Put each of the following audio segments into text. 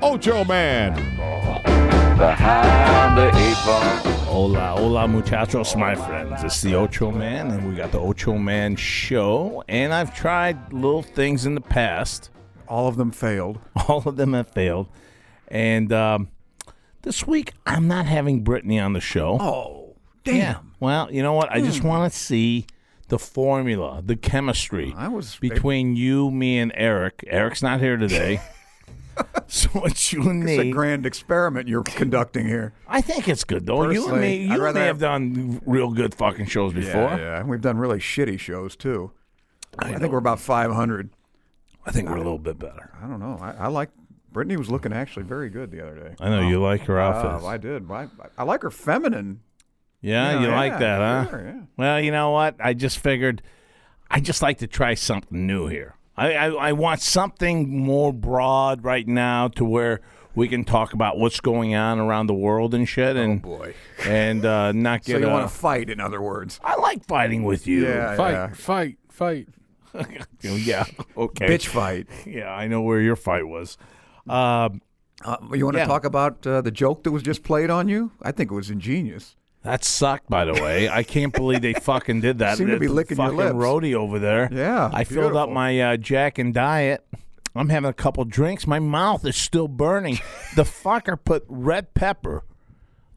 Ocho Man. Behind the eight ball. Hola, hola, muchachos, my friends. It's the Ocho Man, and we got the Ocho Man show. And I've tried little things in the past. All of them failed. All of them have failed. And um, this week, I'm not having Brittany on the show. Oh, Hmm. yeah. Well, you know what? I just want to see the formula, the chemistry I was- between you, me, and Eric. Eric's not here today. so what you and It's a me. grand experiment you're conducting here. I think it's good though. you and Personally, me, I'd you and rather me have have- done real good fucking shows before. yeah. And We've done really shitty shows, too. I, think we're about 500. I think we're a little bit better. I don't know. I, I like. Brittany was looking actually very good the other day. I know you like her outfits. Oh, I did. I, I like her feminine. yeah, Yeah, you yeah, like that, huh? sure, yeah. Well, you know what? I just figured I just like to try something new here. I, I, I want something more broad right now to where we can talk about what's going on around the world and shit, and Oh, Boy. and uh, not So get. you uh, want to fight, in other words. I like fighting with you. Yeah, Fight, yeah. fight, fight. yeah. Okay. Bitch fight. Yeah, I know where your fight was. Um, Uh, you want to Yeah. talk about uh, the joke that was just played on you? I think it was ingenious. That sucked, by the way. I can't believe they fucking did that. Seem to That be licking your fucking lips. roadie over there. Yeah, I filled up beautiful. my uh, Jack and Diet. I'm having a couple drinks. My mouth is still burning. the fucker put red pepper,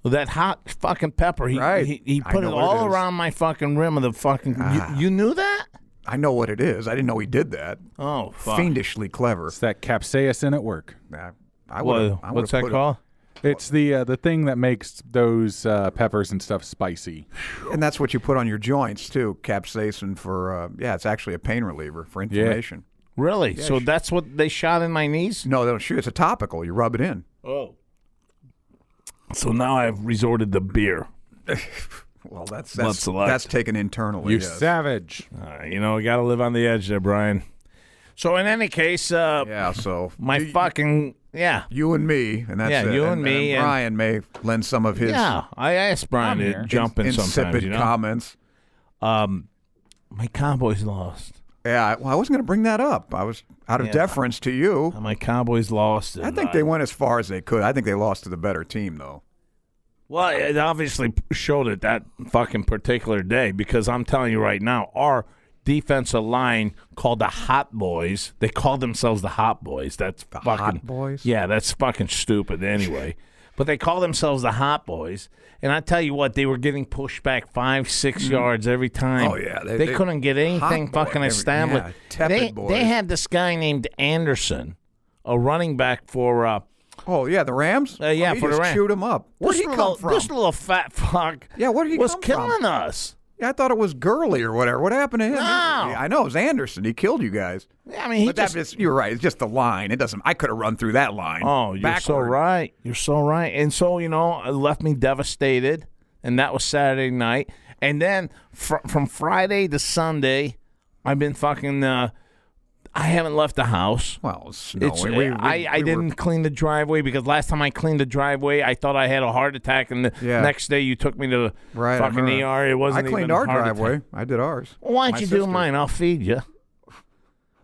that hot fucking pepper. He Right. he, he I put it know what it all is. Ah. around my fucking rim of the fucking. You, you knew that? I know what it is. I didn't know he did that. Oh fuck! Fiendishly clever. It's that capsaicin at work. I, I What- would've- I would've what's that put it- called? It's the uh, the thing that makes those uh, peppers and stuff spicy. And that's what you put on your joints too, capsaicin for uh, yeah, it's actually a pain reliever for inflammation. Really? so that's what they shot in my knees. No, they don't shoot. It's a topical. You rub it in. Oh. So now I've resorted to beer. Well, that's Blood that's select. that's taken internally. You yes. savage. Uh, you know, got to live on the edge there, Brian. So in any case, uh, yeah. So my you, fucking yeah, you and me, and that's Yeah, it. you and me and- Brian may lend some of his yeah. I asked Brian I'm to here. jump in sometimes. insipid You know, comments. um, my Cowboys lost. Yeah. I- Well, I wasn't going to bring that up. I was out of Yeah. deference to you. My Cowboys lost. I and, think uh, they went as far as they could. I think they lost to the better team, though. Well, it obviously showed it that fucking particular day because I'm telling you right now, our defensive line called the Hot Boys. They call themselves the Hot Boys. That's fucking Hot Boys? Yeah, that's fucking stupid anyway. but they call themselves the Hot Boys, and I tell you what, they were getting pushed back five, six yards every time. Mm-hmm. Oh, yeah, they, they- they- couldn't get Hot anything Boy, fucking every- established. yeah, tepid they, boys. they had this guy named Anderson, a running back for. Uh, Oh yeah, the Rams. uh, yeah, oh, you for just the Rams. shoot him up. Where'd This he come little, from? This little fat fuck. Yeah, where'd he was come from? killing us. Yeah, I thought it was Gurley or whatever. What happened to him? No. I know it was Anderson. He killed you guys. I mean, he but just. that is, you're right. It's just the line. It doesn't. I could have run through that line. oh, you're so backward. right. You're so right. And so you know, it left me devastated. And that was Saturday night. And then fr- from Friday to Sunday, I've been fucking. Uh, I haven't left the house. Well, it's, It's, uh, we, we- I, I we were- didn't clean the driveway because last time I cleaned the driveway, I thought I had a heart attack, and the Yeah. next day you took me to the right, I fucking remember. ER. It wasn't. I cleaned even our a heart attack. driveway. I did ours. Well, why don't My you do sister. mine? I'll feed you.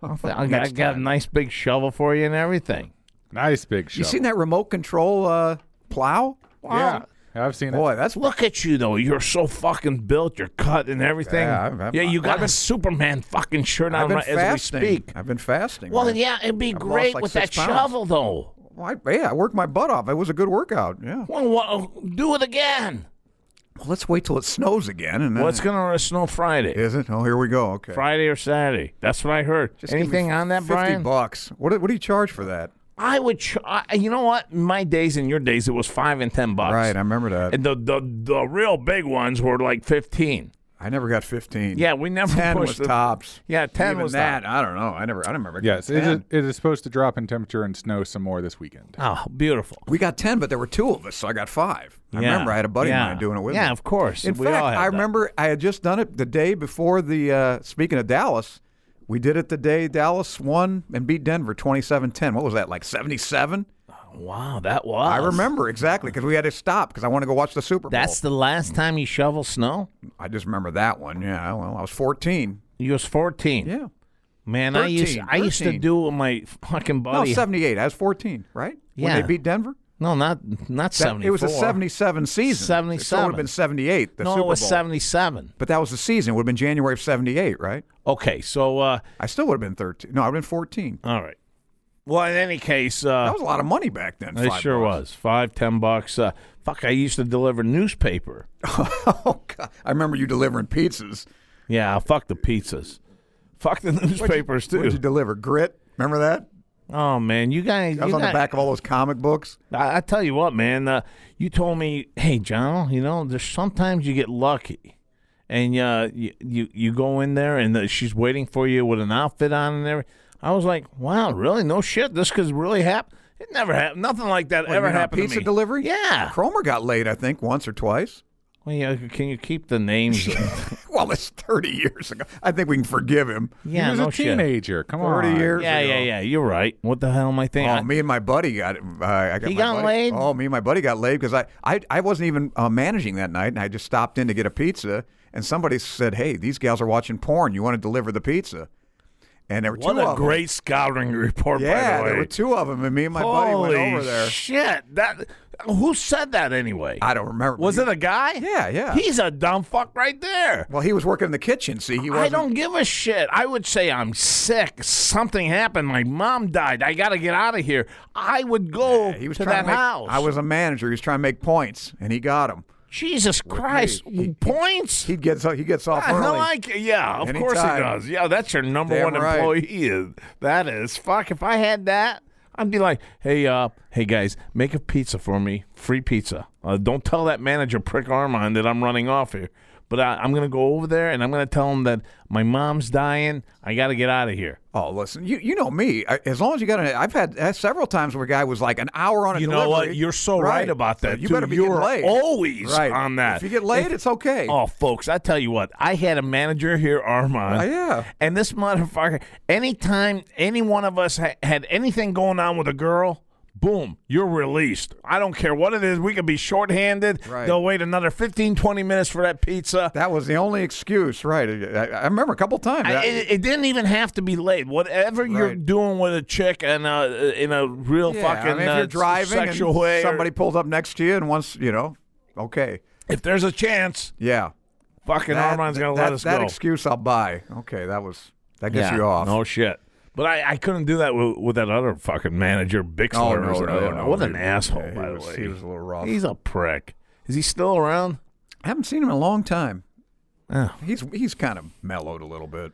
I'll fe- I got, I Next got a time. nice big shovel for you and everything. Nice big show. You seen that remote control uh, plow? Yeah, I've seen Boy, that's Look at you though. You're so fucking built. You're cut and everything. Yeah, I've- I've- yeah you got I've a been- Superman fucking shirt I've on been right, as we fasting. speak. I've been fasting. Well, right? yeah, it'd be I've lost great like with that six pounds. shovel though. Well, I, yeah, I worked my butt off. It was a good workout. Yeah. Well, what, do it again. Well, let's wait till it snows again. And then, Well, it's gonna snow Friday, is it? Oh, here we go. Okay. Friday or Saturday. That's what I heard. Just give me Anything on that, 50 Brian? bucks. What, do- what do you charge for that? I would. Ch- I, you know what? In my days and your days, it was five and ten bucks. Right, I remember that. And the, the the real big ones were like fifteen. I never got 15. Yeah, we never 10 pushed was the- tops. Yeah, 10 Even was that. I don't know. I never. I don't remember. Yes, it is, 10. it is supposed to drop in temperature and snow some more this weekend. Oh, beautiful. We got 10, but there were two of us, so I got five. I Yeah. remember I had a buddy yeah. of mine doing it with me. Yeah, of course. In We fact, all had I that. remember I had just done it the day before the. Uh, speaking of Dallas, we did it the day Dallas won and beat Denver 27-10. What was that like 77? Wow, that was. I remember exactly because we had to stop because I wanted to go watch the Super Bowl. That's the last time you shovel snow? I just remember that one. Yeah, well, I was 14. You was 14. Yeah, Man, I used 13, I used to 13. do it with my fucking no, buddy. 78. I was 14, right? when Yeah. they beat Denver. No, not not That- 74. It was a 77 season. So it would 77. have been 78. The No, Super it was Bowl. 77. But that was the season. It would have been January of 78, right? Okay, so uh I still would have been 13. No, I would have been 14. all right. Well, in any case, That uh was a lot of money back then. it five sure bucks. was. Five, ten bucks. Uh, fuck, I used to deliver newspaper. oh, God. I remember you delivering pizzas. Yeah, fuck the pizzas. Fuck the newspapers, too. What'd you deliver? Grit? Remember that? oh, man, you guys. That was you on the guys- back of all those comic books. I, I tell you what, man. Uh, you told me, hey, John. You know, there's sometimes you get lucky, and uh, you, you you go in there, and uh she's waiting for you with an outfit on and everything. I was like, wow, really? No shit. This could really happen. It never happened. Nothing like that What, you ever mean on happened. to Pizza me. delivery? Yeah. Cromer got laid, I think, once or twice. Well, yeah. Can you keep the names? Well, it's 30 years ago. I think we can forgive him. yeah. he was no a shit. teenager. Come on. 30 years Yeah, ago. yeah, yeah. You're right. What the hell am I thinking? Oh, me and my buddy got. Uh, I got He my got buddy- laid? Oh, me and my buddy got laid because I, I, I wasn't even uh, managing that night, and I just stopped in to get a pizza, and somebody said, "Hey, these gals are watching porn. You want to deliver the pizza?" And there were what two a of 'em. great scouting report, Yeah, by the way. there were two of them, and me and my buddy Holy went over there. shit! That who said that anyway? I don't remember. Was it a guy? Yeah, yeah. He's a dumb fuck right there. Well, he was working in the kitchen. See, he I wasn't. don't give a shit. I would say I'm sick. Something happened. My mom died. I got to get out of here. I would go He was to trying that to make, house. I was a manager. He was trying to make points, and he got them. Jesus Christ. Points? He gets he gets off I early. like yeah, of course he Anytime. does. Yeah, that's your number Damn one right. employee. Is That is fuck. If I had that, I'd be like, hey, uh, hey guys, make a pizza for me, free pizza. Uh, don't tell that manager prick Armand that I'm running off here, but I, I'm gonna go over there and I'm gonna tell him that my mom's dying. I got to get out of here. Oh, listen, you you know me. I- As long as you got an, I've had uh, several times where a guy was like an hour on a You know delivery. what? You're so right, about that. You too. better be You're getting laid. always right on that. If you get laid, it's okay. Oh, folks, I tell you what, I had a manager here, Armand. Oh, yeah. And this motherfucker, anytime any one of us ha- had anything going on with a girl, boom, you're released. I don't care what it is. We could be shorthanded. Right. They'll wait another 15, 20 minutes for that pizza. That was the only excuse, right? I, I remember a couple times. I, I- it, it didn't even have to be late. Whatever you're Right. doing with a chick and uh, in a real yeah, fucking I mean, if uh, you're driving and sexual way, or- somebody pulls up next to you and wants, you know, okay, if there's a chance, yeah. fucking Armand's gonna that, let us that go. excuse I'll buy. Okay, that was that gets you off. No shit. But I, I couldn't do that with, with that other fucking manager, Bixler. Oh, or no, something. no, no. What an He- asshole, yeah, he by was- the way. he was a little rough. He's a prick. Is he still around? I haven't seen him in a long time. Oh. He's he's kind of mellowed a little bit.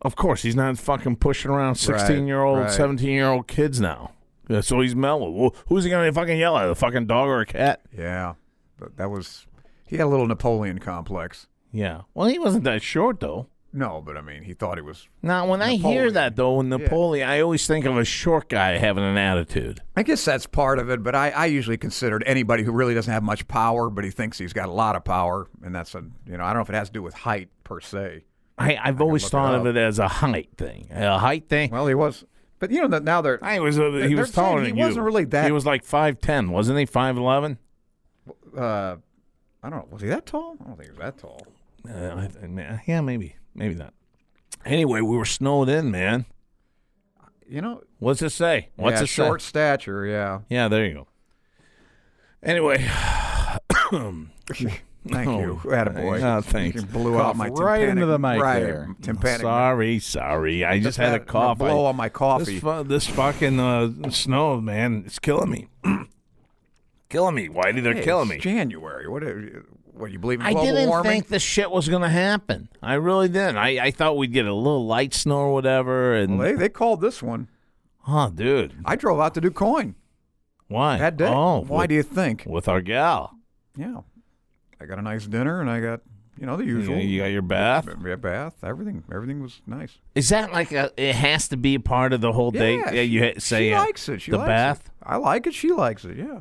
Of course, he's not fucking pushing around 16 year old, right. 17 year old kids now. Yeah, so he's mellow. Well, who's he going to fucking yell at? A fucking dog or a cat? Yeah, but that was he had a little Napoleon complex. Yeah. Well, he wasn't that short, though. No, but I mean, he thought he was. Now, when I hear Napoleon. that, though, in Napoleon, I always think of a short guy having an attitude. I guess that's part of it, but I, I usually considered anybody who really doesn't have much power, but he thinks he's got a lot of power, and that's a you know I don't know if it has to do with height per se. I, I've always look it thought of up. it as a height thing. A height thing. Well, he was, but you know that now they're I was uh, he they're was saying taller he than you. wasn't really that- He was like five ten, wasn't he? Five eleven. uh, I don't know was he that tall? I don't think he was that tall. Uh, I- I- yeah, maybe, maybe not. Anyway, we were snowed in, man. You know, What's it say? What's yeah, it short say? stature? Yeah, Yeah, there you go. Anyway, thank you, Oh, attaboy. uh, thanks. You blew Cough out my right tympanic- into the mic right, there. Tympanic. sorry, sorry. I just had a I'm gonna cough. I- Blow on my coffee. This, fu- this fucking uh, snow, man, it's killing me. killing me, Whitey. They're Hey, killing it's me. January. What? Are, what you believe in I global didn't warming? think this shit was gonna happen. I really didn't. I, I thought we'd get a little light snow or whatever, and Well, they they called this one. oh, dude, I drove out to do coin why? that day. Oh, Why with, do you think? with our gal? Yeah, I got a nice dinner and I got you know the You, know, usual. you got your bath. Yeah, bath, everything, everything was nice. Is that like a? It has to be a part of the whole day. Yeah, Yeah, you ha- say she uh, likes it. She the likes bath, It. I like it. She likes it. Yeah,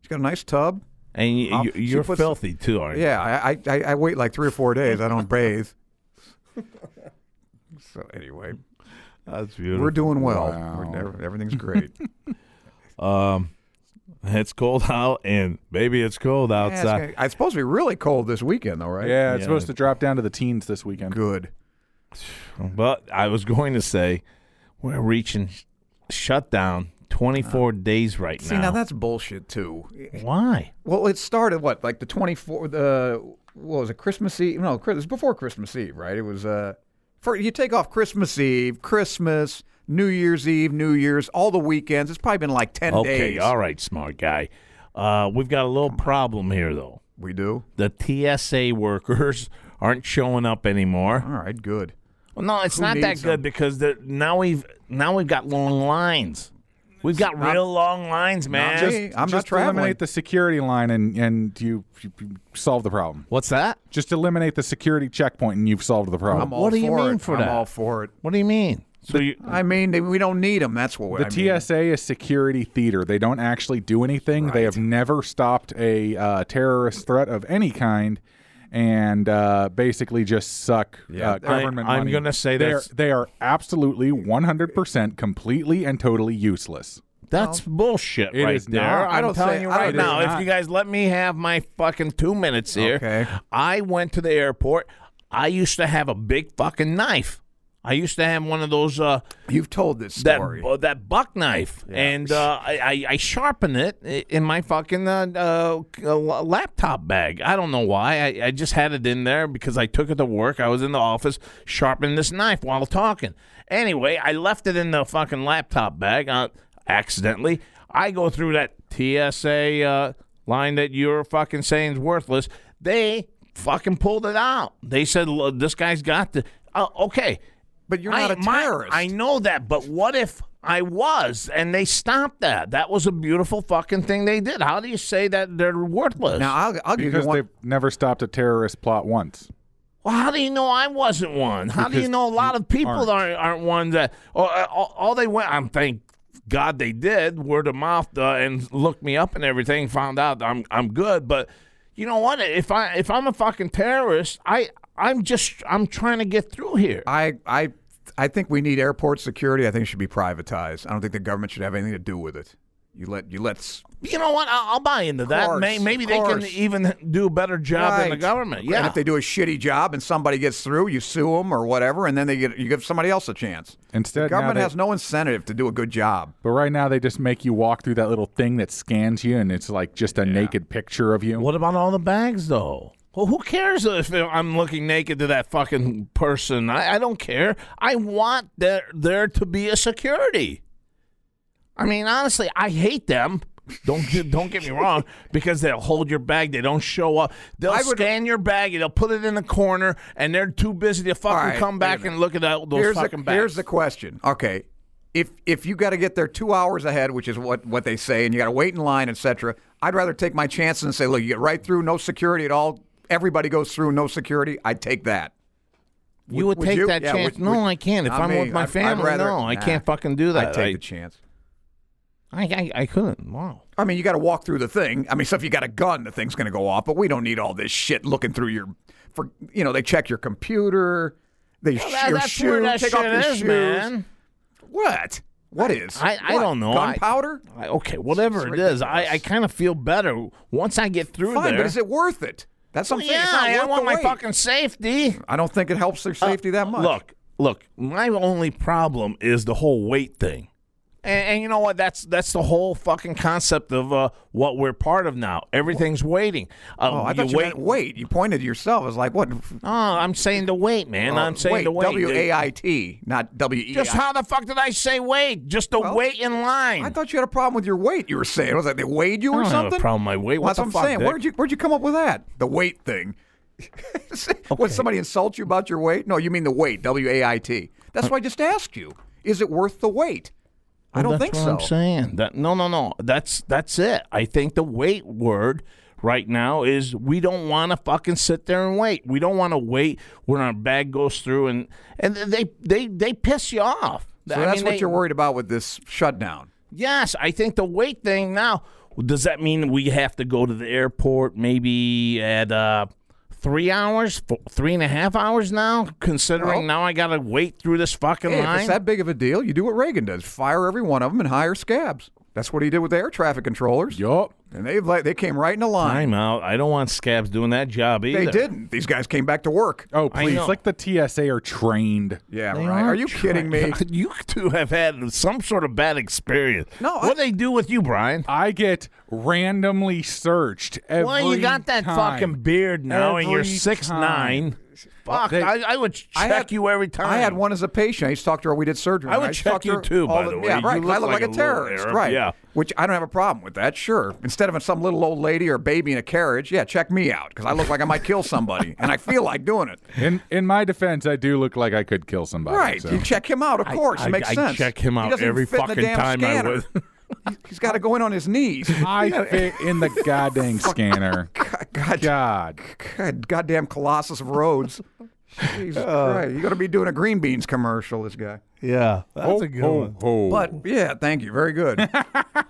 she's got a nice tub. and you, Um, you, she you're puts- filthy too, aren't you? Yeah, I, I- I I wait like three or four days. I don't bathe. So anyway, that's beautiful. we're doing well. We're never- everything's great. Um, it's cold out, and baby, it's cold Yeah, it's outside. gonna- it's supposed to be really cold this weekend, though, right? Yeah, it's Yeah. supposed to drop down to the teens this weekend. Good. but I was going to say, we're reaching sh- shutdown 24 days right Uh, See, now that's bullshit too. Why? Well, it started what, like the twenty fourth? Uh, what was it? Christmas Eve? No, Chris- it was before Christmas Eve, right? It was. Uh, for you take off Christmas Eve, Christmas, New Year's Eve, New Year's, all the weekends. It's probably been like ten Okay, days. all right, smart guy. Uh, we've got a little problem here, though. We do. The TSA workers aren't showing up anymore. All right, good. Well, no, it's Who not that needs good because they're, now we've now we've got long lines. We've got real long lines, man. Just- I'm not Just traveling. eliminate the security line and, and you, you you solve the problem. What's that? Just eliminate the security checkpoint and you've solved the problem. I'm all What do you for mean it. for I'm that? all for it. What do you mean? So you, I mean, they, we don't need them. That's what The I mean. TSA is security theater. They don't actually do anything. They have never stopped a uh, terrorist threat of any kind, and uh, basically just suck Yeah. uh, government I- I'm money. gonna say they are, that's- they are absolutely 100 percent completely and totally useless. That's bullshit It right is there. not. I I'm don't telling say- you I right don't- now. it If is not. you guys let me have my fucking two minutes here, Okay. I went to the airport. I used to have a big fucking knife. I used to have one of those uh, You've told this that story. uh, that buck knife, and uh, I, I I sharpened it i- in my fucking uh, uh, c- uh, la- laptop bag. I don't know why. I, I just had it in there because I took it to work. I was in the office sharpening this knife while talking. Anyway, I left it in the fucking laptop bag uh, accidentally. I go through that TSA uh, line that you're fucking saying is worthless. They fucking pulled it out. They said "Look, this guy's got the. Uh, okay. but you're I- not a my- terrorist. I know that, but what if I was and they stopped that? That was a beautiful fucking thing they did. How do you say that they're worthless? now I'll, I'll give you Because one. they've never stopped a terrorist plot once. well, how do you know I wasn't one? How do you Because know a lot of people aren't. aren't aren't ones that or, uh, all, all they went? I'm thank God they did word of mouth uh, and looked me up and everything. Found out I'm I'm good, but you know what? If I if I'm a fucking terrorist, I I'm just I'm trying to get through here. I I I think we need airport security. I think it should be privatized. I don't think the government should have anything to do with it. You let you let s- You know what? I'll, I'll buy into that. course, May, maybe of they can course. even do a better job than the Right. government. Yeah. And if they do a shitty job and somebody gets through, you sue them or whatever, and then they get you give somebody else a chance. Instead, the government now they, has no incentive to do a good job. But right now, they just make you walk through that little thing that scans you, and it's like just a naked picture of you. what about all the bags, though? Well, who cares if I'm looking naked to that fucking person? I, I don't care. I want there there to be a security. I mean, honestly, I hate them. Don't get- don't get me wrong, because they'll hold your bag. They don't show up. They'll I would- scan your bag. and They'll put it in a corner, and they're too busy to fucking right, come wait a back and look at that, those here's fucking the, bags. here's the question. Okay. If if you got to get there 2 hours ahead, which is what what they say and you got to wait in line, etc., I'd rather take my chances and say, "Look, you get right through, no security at all. Everybody goes through, no security." I'd take that. You would, would take you? that Yeah, chance. would- no, would- I can't. If Not I'm me. with my I'd- I'd family, rather- no, I nah. can't fucking do that. I'd take I- the chance. I, I, I couldn't. Wow. I mean, you got to walk through the thing. I mean, so if you got a gun, the thing's going to go off. But we don't need all this shit looking through your, for you know, they check your computer, they sh- That- your that's shoes, where that take shit off your is, shoes. man. What? What is? I, I What? don't know. I- Gunpowder? I- okay, whatever it It's is, I, I ridiculous. kind of feel better once I get through Fine, there. but is it worth it? That's Well, something. yeah, it's not I worth want the my wait. fucking safety. I don't think it helps their safety that much. Look, look, my only problem is the whole weight thing. And, and you know what? That's that's the whole fucking concept of uh, what we're part of now. Everything's waiting. Uh, Oh, I thought you, meant wait. You pointed to yourself. I was like, what? Oh, I'm saying the weight, man. I'm saying wait, the weight. Uh, W A I T, not W E I T. Just how the fuck did I say wait? Just the Well, wait in line. I thought you had a problem with your weight. You were saying, was like they weighed you I or don't have a something? problem with my weight. Well, What that's the what I'm fuck, saying. Dick? Where'd you where'd you come up with that? The weight thing. Would somebody insult you about your weight? No, you mean the weight. W A I T. That's why I just asked you. Is it worth the wait? I Well, don't that's think what so. I'm saying that no, no, no. That's that's it. I think the weight word right now is we don't want to fucking sit there and wait. We don't want to wait when our bag goes through and and they they they piss you off. So that's what you're worried about with this shutdown. Yes, I think the wait thing now. Does that mean we have to go to the airport maybe at uh, three hours, four, three and a half hours now? Considering Well- now I gotta wait through this fucking Hey, if line. it's that big of a deal, you do what Reagan does: fire every one of them and hire scabs. That's what he did with the air traffic controllers, Yup. and they like they came right in a line. I'm out. I don't want scabs doing that job either. They didn't. These guys came back to work. Oh, I please. know. Like the TSA are trained. Yeah, They right. Are you trying- kidding me? you two have had some sort of bad experience. No, I- what they do with you, Brian? I get randomly searched every Well, you got that time. fucking beard now, and you're Every six nine. time. Fuck, They- I, I would check I had- you every time. I had one as a patient. I used to talk to her. We did surgery. I would used to check talk to you her too, all by the way. Yeah, You right. 'cause look I look like like, a a little terrorist, Arab, right? yeah. Which I don't have a problem with that. Sure. Instead of some little old lady or baby in a carriage, yeah, check me out because I look like I might kill somebody, and I feel like doing it. In in my defense, I do look like I could kill somebody. Right. so. You check him out, of course. I, it makes I sense. check him He out doesn't every fit in the fucking damn time I scanner. would. He's got to go in on his knees. I fit in the goddamn scanner. God, God. God, goddamn Colossus of Rhodes. Jesus Uh. Christ. You're going to be doing a green beans commercial, this guy. Yeah, that's oh, a good oh, one. oh. But yeah, thank you. Very good. but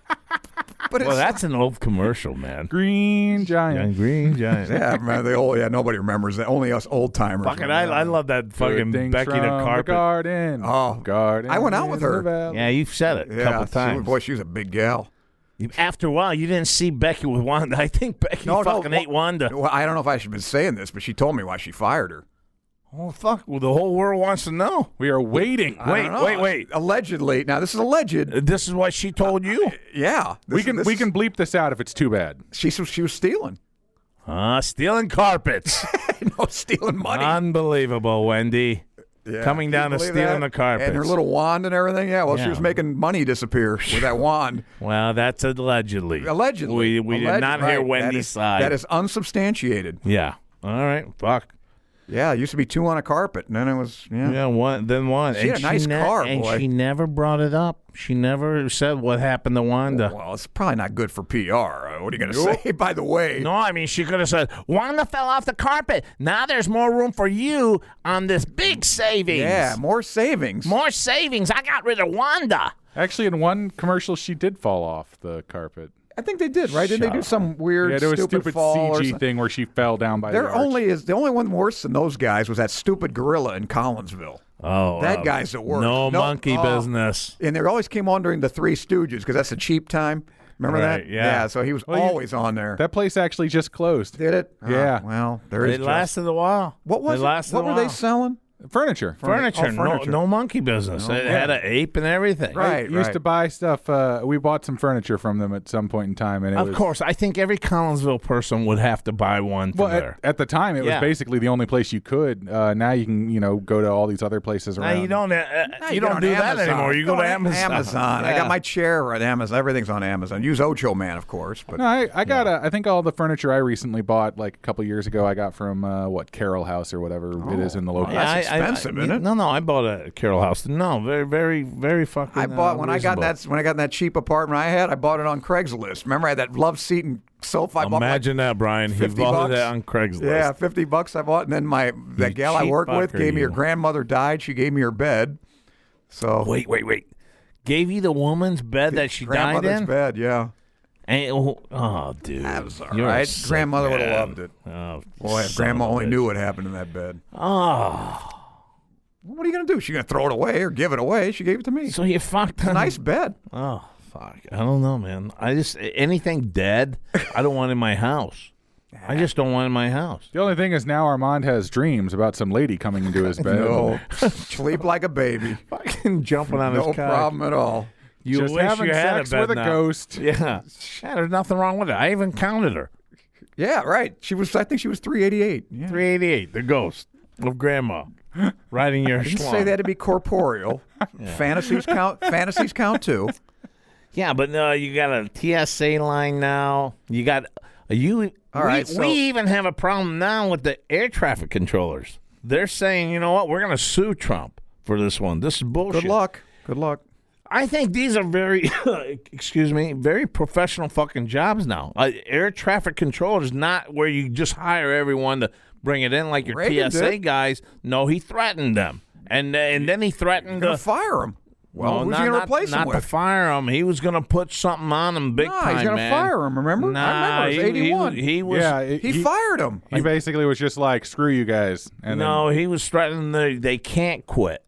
it's, Well, that's an old commercial, man. Green Giant. green giant. yeah, man, they all, yeah, nobody remembers that. Only us old timers. Fucking, I, I love that fucking Good things Becky the from The carpet. garden. Oh. garden. I went out with in the her. valley. Yeah, you've said it a yeah, couple she- times. boy, she was a big gal. After a while, you didn't see Becky with Wanda. I think Becky fucking ate Wanda. Well, I don't know if I should have been saying this, but she told me why she fired her. Oh fuck! Well, the whole world wants to know. We are waiting. I don't know. Allegedly. Now, this is alleged. This is what she told you. Yeah. We This- can this we is- can bleep this out if it's too bad. She, she was stealing. Ah, stealing carpets. no, stealing money. Unbelievable, Wendy. Yeah. Coming Can down you and believe stealing that? the carpets. And her little wand and everything. Yeah, well, Yeah. she was making money disappear with that wand. Well, that's allegedly. Allegedly. We, we did Alleged- not right. hear That Wendy's is- side. That is unsubstantiated. Yeah. All right. Fuck. Yeah, it used to be two on a carpet, and then it was, yeah. Yeah, one then one. She had a nice car, and boy. she never brought it up. She never said what happened to Wanda. Well, it's probably not good for PR. Uh, What are you going to say? By the way, No, I mean she could have said Wanda fell off the carpet. Now there's more room for you on this big savings. yeah, more savings. more savings. I got rid of Wanda. Actually, in one commercial, she did fall off the carpet. I think they did, right? Didn't they do some weird Yeah, there was a stupid, stupid fall or CG something? thing where she fell down by the There arch. only is the only one worse than those guys was that stupid gorilla in Collinsville. Oh, That guy's the worst. No, No, monkey oh. business. and they always came on during the Three Stooges because that's the cheap time. Remember Right, that? yeah. So he was you- always on there. That place actually just closed. Did it? Yeah. Ah, well, there is. It just- lasted a while. What was it? it? Lasted What a were they while. selling? Furniture. Furniture, Oh, no, furniture. no monkey business. it had an ape and everything. Right. Used to buy stuff. Uh, we bought some furniture from them at some point in time, and it Of was, course, I think every Collinsville person would have to buy one from Well, there. at, at the time, it Yeah. was basically the only place you could. Uh, now you can, you know, go to all these other places around. Now you don't. uh, Uh, you, get don't on do that Amazon. anymore. You go to Amazon. Amazon. I Yeah. got my chair on Amazon. Everything's on Amazon. Use Ocho Man, of course. But No, I, I got. A, I think all the furniture I recently bought, like a couple years ago, I got from uh, what Carroll House or whatever it is in the local. Yeah, that's expensive, isn't it? No, no, I bought a Carol House. No, very, very, very fucking. I bought uh, when I got reasonable. that when I got in that cheap apartment I had. I bought it on Craigslist. Remember, I had that love seat and sofa. I bought like Imagine that, Brian. He 50 bought bucks? that on Craigslist. Yeah, fifty bucks I bought, and then my that You gal I cheap work with fucker, gave me her you. grandmother died. She gave me her bed. So Wait, wait, wait. Gave you the woman's bed that she died grandmother's in? bed. Yeah, And- oh, oh, dude. that was all You're a right. sick Grandmother would have man. loved it. Oh, Boy, if son grandma of a only bitch. knew what happened in that bed. Oh, What are you gonna do? She gonna throw it away or give it away? She gave it to me. so you fucked on. nice bed. Oh, fuck. I don't know, man. I just, anything dead, I don't want in my house. I just don't want in my house. The only thing is now Armand has dreams about some lady coming into his bed. No, sleep like a baby. Fucking jumping on No his couch. problem at all. You Just wish having you had sex a bed with a now. ghost. Yeah. yeah, there's nothing wrong with it. I even counted her. Yeah, right. She was. I think she was three eighty eight. Yeah. 388, the ghost of grandma riding your Didn't swan. say that to be corporeal. Fantasies count. Fantasies count too. Yeah, but no, you got a TSA line now. You got you. All we, right, so- we even have a problem now with the air traffic controllers. They're saying, you know what, we're going to sue Trump for this one. This is bullshit. Good luck. Good luck. I think these are very, excuse me, very professional fucking jobs now. Uh, air traffic control is not where you just hire everyone to bring it in like your Reagan TSA did. guys. No, he threatened them, and uh, and then he threatened Gonna to fire him. Well, no, who's not, he gonna not- replace not him to with? fire him. He was gonna put something on him big Nah, time. he's gonna man. fire him, remember? I Nah, remember, it was he- he- 81. He, was. yeah, it- he, he, fired him. he basically was just like, "Screw you guys." And no, he was threatening they they can't quit.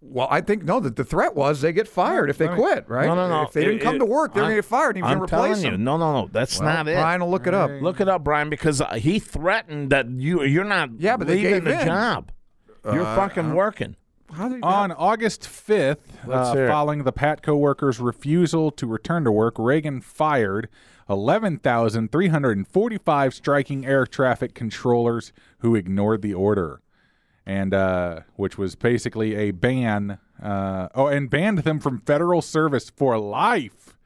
Well, I think no. That the threat was they get fired if they quit, right? No, no, no. If they didn't It- come it- to work, they're I'm- gonna get fired. And he was I'm gonna replace telling you, him. no, no, no. That's Well, not it. Brian will look it up. Look it up, Brian, because uh, he threatened that you you're not Yeah, but they leaving gave the in. Uh, job. You're fucking working. How did then on August 5th, Let's uh, hear it. following the Patco workers' refusal to return to work, Reagan fired 11,345 striking air traffic controllers who ignored the order. and uh, which was basically a ban. Uh, oh, and banned them from federal service for life.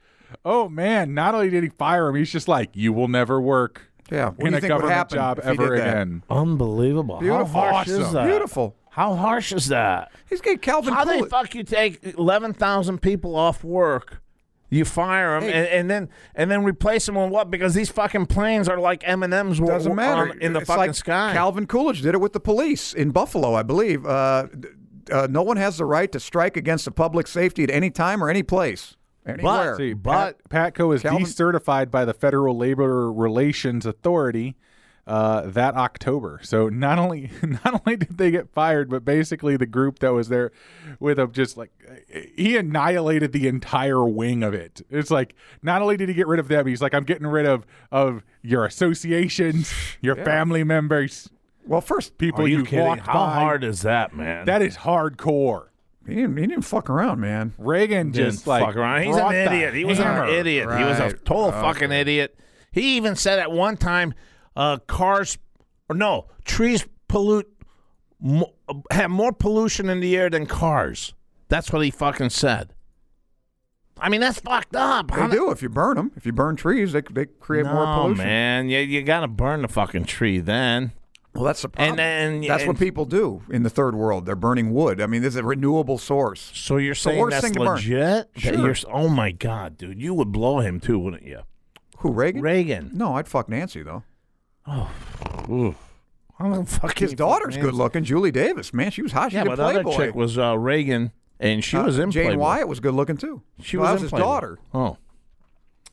Oh man! Not only did he fire him, he's just like, "You will never work Yeah, what do in you a think would government happen job if he ever did that? again." Unbelievable. Beautiful. How harsh is Awesome. that? Beautiful. How harsh is that? He's getting Calvin How Coolidge. the fuck you take eleven thousand people off work? You fire them Hey. and, and then and then replace them with what? Because these fucking planes are like M and M's Doesn't matter. um, in the It's fucking like sky. Calvin Coolidge did it with the police in Buffalo, I believe. Uh, th- uh, no one has the right to strike against the public safety at any time or any place, anywhere. See, But- Pat, Patco is Calvin- decertified by the Federal Labor Relations Authority uh, that October. So not only not only did they get fired, but basically the group that was there with him just like he annihilated the entire wing of it. It's like not only did he get rid of them, he's like I'm getting rid of of your associations, your family members, well, first, people Are you you, kidding? walked How by. hard is that, man? That is hardcore. he didn't, he didn't fuck around, man. Reagan didn't just like fuck around. He's brought an the idiot. He was an hammer. idiot. He was a Right. total fucking idiot. He even said at one time, uh, cars or no trees pollute mo- have more pollution in the air than cars. That's what he fucking said. I mean, that's fucked up. They do if you burn them. If you burn trees, they, they create more No, pollution. man, you, you got to burn the fucking tree then. Well, that's the problem. and- that's and- what people do in the third world. They're burning wood. I mean, this is a renewable source. So you're saying worst that's thing to burn. legit? That Sure. you're s- oh my god, dude, you would blow him too, wouldn't you? Who Reagan? Reagan. No, I'd fuck Nancy though. How the fuck His you- daughter's man? good looking, Julie Davis. Man, she was hot. She Yeah, did but the other Playboy. chick was uh, Reagan, and she Uh, was in Jane Playboy. Wyatt was good looking too. She Well, that was in his Playboy. daughter. Oh,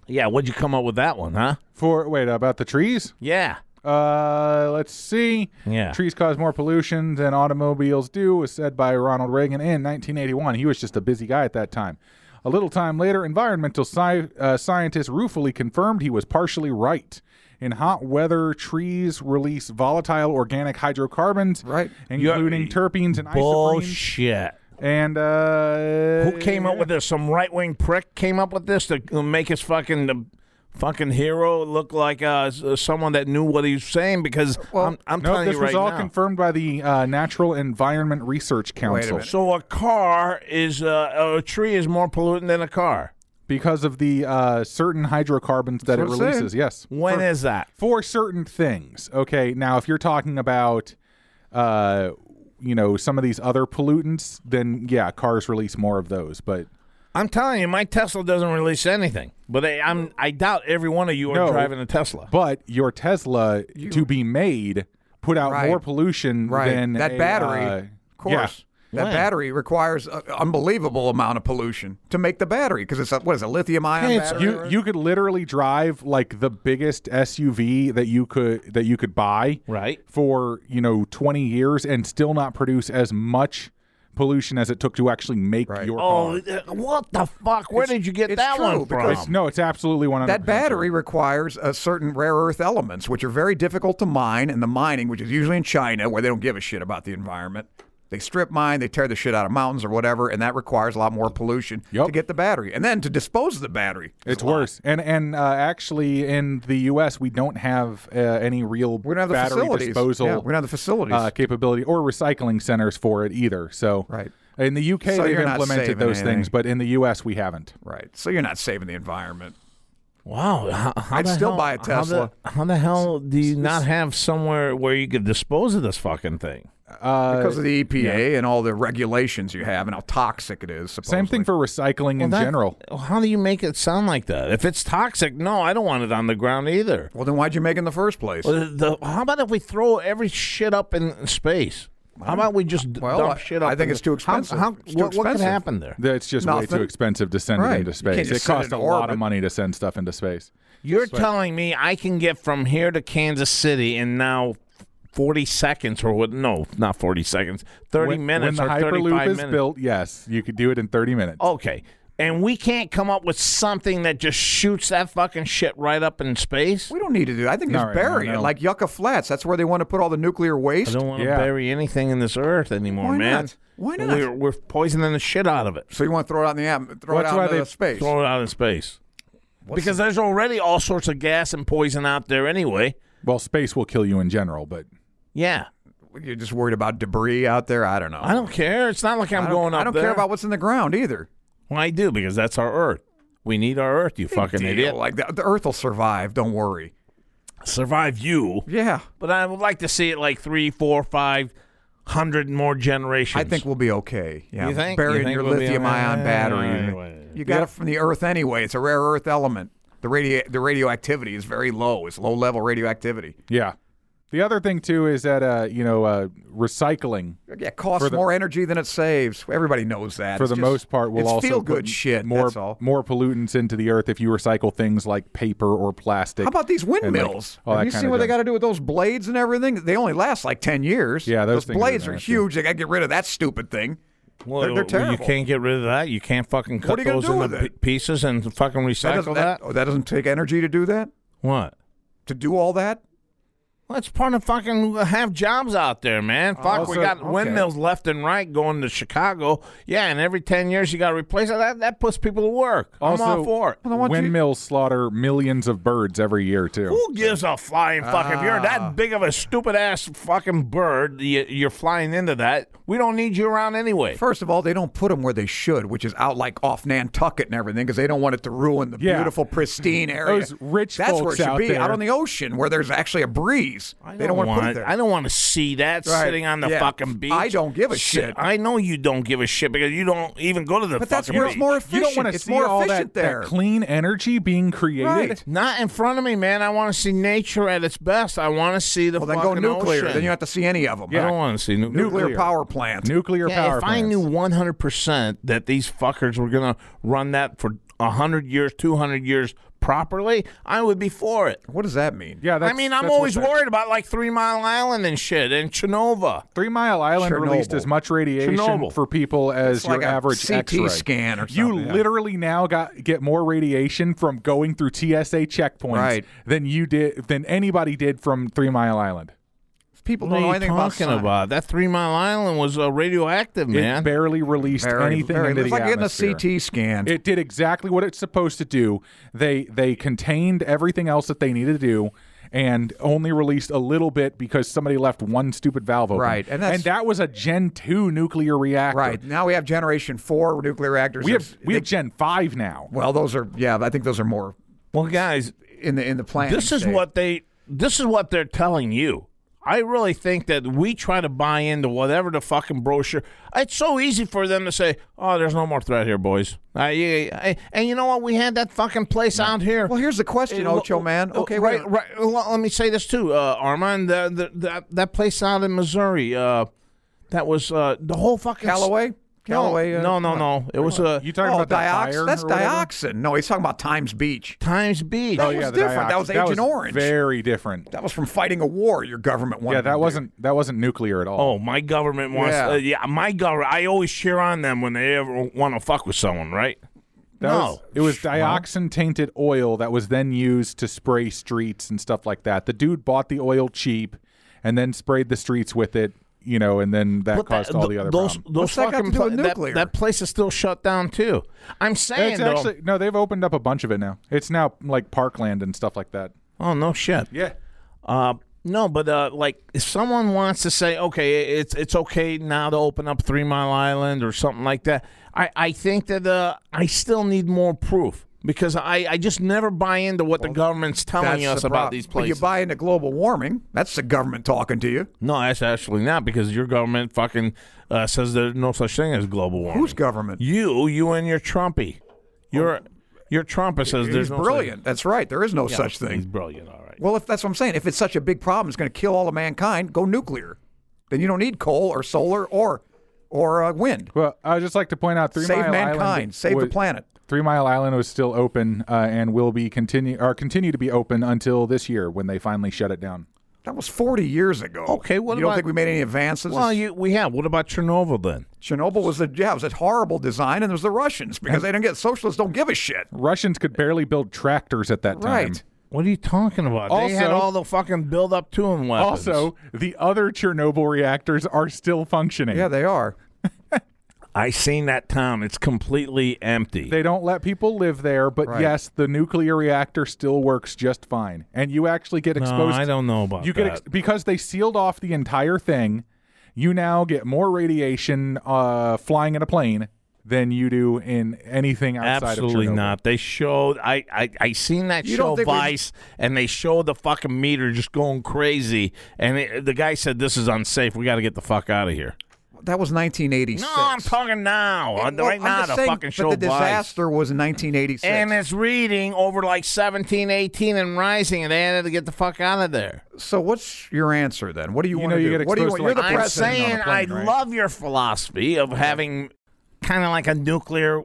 yeah. What'd you come up with that one, huh? for wait about the trees. Yeah. Uh, let's see. Yeah. Trees cause more pollution than automobiles do, was said by Ronald Reagan in 1981. He was just a busy guy at that time. A little time later, environmental sci- uh, scientists ruefully confirmed he was partially right. In hot weather, trees release volatile organic hydrocarbons, Right. including terpenes and isoprenes. Bullshit. And uh, Who came up with this? Some right wing prick came up with this to uh, make his fucking the fucking hero look like uh, s- uh, someone that knew what he was saying. Because I'm, I'm No, telling this you was right all now. confirmed by the uh, Natural Environment Research Council. minute. so a car is uh, a tree is more pollutant than a car. because of the uh, certain hydrocarbons that it That's what I'm releases. saying. Yes, When is that? for certain things. Okay, now if you're talking about, uh, you know, some of these other pollutants, then yeah, cars release more of those. But I'm telling you, my Tesla doesn't release anything. But I, I'm I doubt every one of you are No. driving a Tesla. but your Tesla to be made put out Right. more pollution Right. than that a, battery, uh, of course. That When? battery requires an unbelievable amount of pollution to make the battery because it's a, what is it, lithium ion It's- battery? You you could literally drive like the biggest SUV that you could that you could buy Right. for you know twenty years and still not produce as much pollution as it took to actually make Right. your Oh, car. uh, what the fuck? Where It's- did you get it's that true, one from? because- It's- no, it's absolutely one hundred. that battery requires a certain rare earth elements, which are very difficult to mine, and the mining, which is usually in China, where they don't give a shit about the environment. They strip mine, they tear the shit out of mountains or whatever, and that requires a lot more pollution Yup. to get the battery. And then to dispose of the battery. is It's a lot. worse, and and uh, actually in the U.S. we don't have uh, any real We don't have the battery facilities. disposal. Yeah, we don't have the facilities. uh, capability or recycling centers for it either. So Right. in the UK So they've you're not implemented saving those things, anything. but in the U.S. we haven't. right. So you're not saving the environment. Wow. How, how I'd the still hell- buy a How the, Tesla. how the hell do you not have somewhere where you could dispose of this fucking thing? Uh, because of the EPA and all the regulations you have and how toxic it is. Supposedly. same thing for recycling in That- general. How do you make it sound like that? If it's toxic, no, I don't want it on the ground either. Well, then why'd you make it in the first place? Well, The, how about if we throw every shit up in space? How about we just Well, dump I- shit up? I think in it's the- too expensive. How, how, It's what, too what could expensive. happen there? That's just way Nothing. too expensive to send Right. it into You can't space. It just send it costs a in lot orbit. of money to send stuff into space. You're telling me I can get from here to Kansas City in now 40 seconds or what? No, not 40 seconds. 30 When- minutes when or the Hyperloop 35 is minutes. built, yes, you could do it in 30 minutes. Okay. And we can't come up with something that just shoots that fucking shit right up in space? we don't need to do. I think No, just right, no, bury no. it like Yucca Flats. That's where they want to put all the nuclear I waste. don't want to Yeah. bury anything in this earth anymore, Why man. not? Why not? We're, we're poisoning the shit out of it. So you want to throw it out in the atmosphere? Throw That's it why out they into space? Throw it out in space. because there's already all sorts of gas and poison out there anyway. Well, space will kill you in general, but Yeah. You're just worried about debris out there. I don't know. I don't care. It's not like I'm I don't- going up I don't there. care about what's in the ground either. Well, I do because that's our Earth. We need our Earth, you fucking Deal. idiot. Like the, the Earth will survive. Don't worry. Survive you, Yeah, but I would like to see it like three, four, five hundred more generations. I think we'll be okay. Yeah, You think? You burying think your we'll be lithium-ion okay? battery. Anyway. You got it from the Earth anyway. It's a rare Earth element. The radio, the radioactivity is very low. It's low level radioactivity. yeah. The other thing too is that uh, you know uh, recycling Yeah, it costs the- more energy than it saves. Everybody knows that. for It's the just- most part will it's also feel put good shit. more that's all. more pollutants into the earth if you recycle things like paper or plastic. How about these windmills? all that Have you kinda seen what they junk. got to do with those blades and everything? They only last like ten years. Yeah, those those things are blades are nasty. huge. They got to get rid of that stupid thing. Well, they're- they're You terrible. can't get rid of that. You can't fucking cut are you gonna those do into with p- it? pieces and fucking That recycle doesn't, that. that- oh, that doesn't take energy to do that. What? To do all that. Well, it's part of fucking uh, have jobs out there, man. Oh, Fuck, we so- got okay. windmills left and right going to Chicago. Yeah, and every ten years you got to replace it. That that puts people to work. also, I'm all for it. windmills slaughter millions of birds every year too. Who gives a flying fuck? if you're Ah. that big of a stupid ass fucking bird, you, you're flying into that. We don't need you around anyway. First of all, they don't put them where they should, which is out like off Nantucket and everything, because they don't want it to ruin the Yeah. beautiful, pristine area. Those rich That's where folks it should out be, there. out on the ocean, where there's actually a breeze. they don't want to put it there. I don't want to see that Right. sitting on the Yeah. fucking beach. I don't give a Shit, shit. I know you don't give a shit because you don't even go to the. but that's fucking where beach. it's more you efficient. don't want to it's see more all efficient that, there. that clean energy being created. right. Not in front of me, man. I want to see nature at its best. I want to see the Well, then go fucking nuclear. ocean. Then you have to see any of them. I don't want to see nuclear. nuclear, power plant. Nuclear Yeah, power if I plants. knew 100% that these fuckers were going to run that for 100 years, 200 years properly, I would be for it. what does that mean? yeah, Oh, that's, I mean, I'm that's what always that- worried about like Three Mile Island and shit and Chinova. Three Mile Island released Chernobyl. as much radiation Chernobyl. for people as It's your like a average CT X-ray. scan or You something, yeah. literally now got get more radiation from going through TSA checkpoints Right. than you did than anybody did from Three Mile Island. People What don't know are you anything about talking science. about, That Three Mile Island was uh, radioactive, It man. barely released Very, anything very- into it's the like atmosphere. getting a CT scan. It did exactly what it's supposed to do. They they contained everything else that they needed to do and only released a little bit because somebody left one stupid valve open. Right, and that's- that was a Gen 2 nuclear reactor. right now, we have Generation Four nuclear reactors. We have It's- we they- have Gen 5 now. well, those are yeah. I think those are more well, guys, in the in the plan. this is what they this is what they're telling you. I really think that we try to buy into whatever the fucking brochure. It's so easy for them to say, "Oh, there's no more threat here, boys." Uh, yeah, yeah, yeah. and you know what? We had that fucking place out here. Well, here's the question, Uh, Ocho l- man. l- Okay, right, wait. right. Well, let me say this too, uh, Armand. The, the, that that place out in Missouri, uh, that was uh, the whole fucking s- Callaway. Callaway. No, uh, no, no, no. It was uh, You talking oh, about that diox- fire? That's or whatever? dioxin. No, he's talking about Times Beach. Times Beach. That Oh yeah, was the different. That dioxin. was Agent Orange. Very different. That was from fighting a war. Your government wanted. Yeah, to that do. wasn't that wasn't nuclear at all. Oh, my government wants. Yeah. Yeah, uh, yeah my government. I always cheer on them when they ever want to fuck with someone, right? That no, was- it was dioxin tainted oil that was then used to spray streets and stuff like that. The dude bought the oil cheap and then sprayed the streets with it, you know, and then that But caused that- all th- the other those, problems. Those What's that got fucking to do with pla- that- nuclear? That, place is still shut down too. I'm saying It's though. actually no, they've opened up a bunch of it now. It's now like parkland and stuff like that. oh no shit. Yeah. Uh, no, but uh, like if someone wants to say, okay, it's it's okay now to open up Three Mile Island or something like that. I I think that uh, I still need more proof. because I, I just never buy into what the government's telling That's us the about prob- these But places. you buy into global warming. That's the government talking to you. no, that's actually not because your government fucking uh, says there's no such thing as global warming. Whose government? you, you and your Trumpy, your your Trumpist says He's there's no such- brilliant. That's right. There is no such He's thing. brilliant. All right. Well, if that's what I'm saying, if it's such a big problem, it's going to kill all of mankind. Go nuclear. Then you don't need coal or solar or or uh, wind. Well, I would just like to point out Three Save Mile mankind. Island. Save was- the planet. Three Mile Island was still open uh, and will be continue or continue to be open until this year when they finally shut it down. That was 40 years ago. Okay, what you don't about- think we made any advances? Well, you, we have. What about Chernobyl then? Chernobyl was a yeah, it was a horrible design, and it was the Russians because they don't get socialists don't give a shit. Russians could barely build tractors at that time. Right. What are you talking about? they had Also- all the fucking build up to and weapons. Also, the other Chernobyl reactors are still functioning. Yeah, they are. I seen that town. It's completely empty. They don't let people live there, but Right. yes, the nuclear reactor still works just fine. And you actually get exposed. I don't know about you get ex- that. because they sealed off the entire thing. You now get more radiation uh, flying in a plane than you do in anything outside Absolutely of Chernobyl. not. They showed I I, I seen that You show don't think we- Vice, and they showed the fucking meter just going crazy, and it, the guy said this is unsafe. We got to get the fuck out of here. That was 1986. No, I'm talking now. Well, On the- right I'm now, just the saying, fucking show But the Vice. disaster was in 1986. And it's reading over like 17, 18 and rising, and they had to get the fuck out of there. so what's your answer then? What do you, You want know to you do? get what do you exposed want? to, You're like, the I'm president. saying on a plane, I right? love your philosophy of having kind of like a nuclear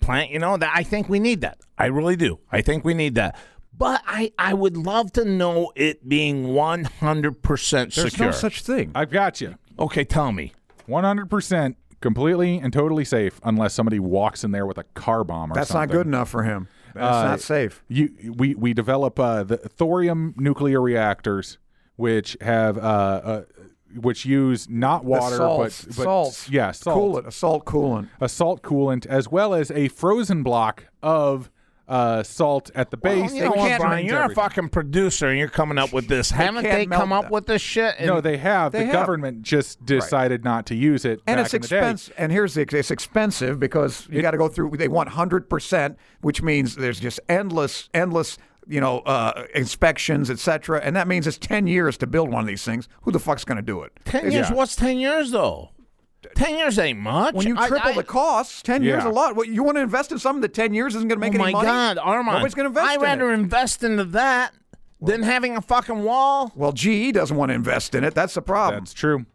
plant. You know that I think we need that. I really do. I think we need that. But I, I would love to know it being 100% There's secure. no such thing. I've got you. okay, tell me. 100% completely and totally safe unless somebody walks in there with a car bomb or That's something. Uh, not good enough for him. That's not safe. You, we, we develop uh, the thorium nuclear reactors, which have uh, uh, which use not water salts, but, but salts. yeah, salt, Coolant, assault coolant. a salt coolant, as well as a frozen block of uh, salt at the base. you know They what, can't Brian, change you're a everything. fucking producer and you're coming up with this. Haven't can't they come melt up that. with this shit? And no, they have. They the have. government just decided not to use it. And back it's in the day. expensive. And here's the it's expensive because you got to go through. They want hundred percent, which means there's just endless, endless, you know, uh, inspections, etc. And that means it's ten years to build one of these things. Who the fuck's going to do it? 10 It's years? just- What's 10 years, though? 10 years ain't much. When you I- triple I- the costs, ten years Yeah. a lot. What you want to invest in something that ten years isn't going to make oh my any money? God, Armand! nobody's going to invest. I'd in rather it. invest into that than having a fucking wall. Well, GE doesn't want to invest in it. That's the problem. That's true.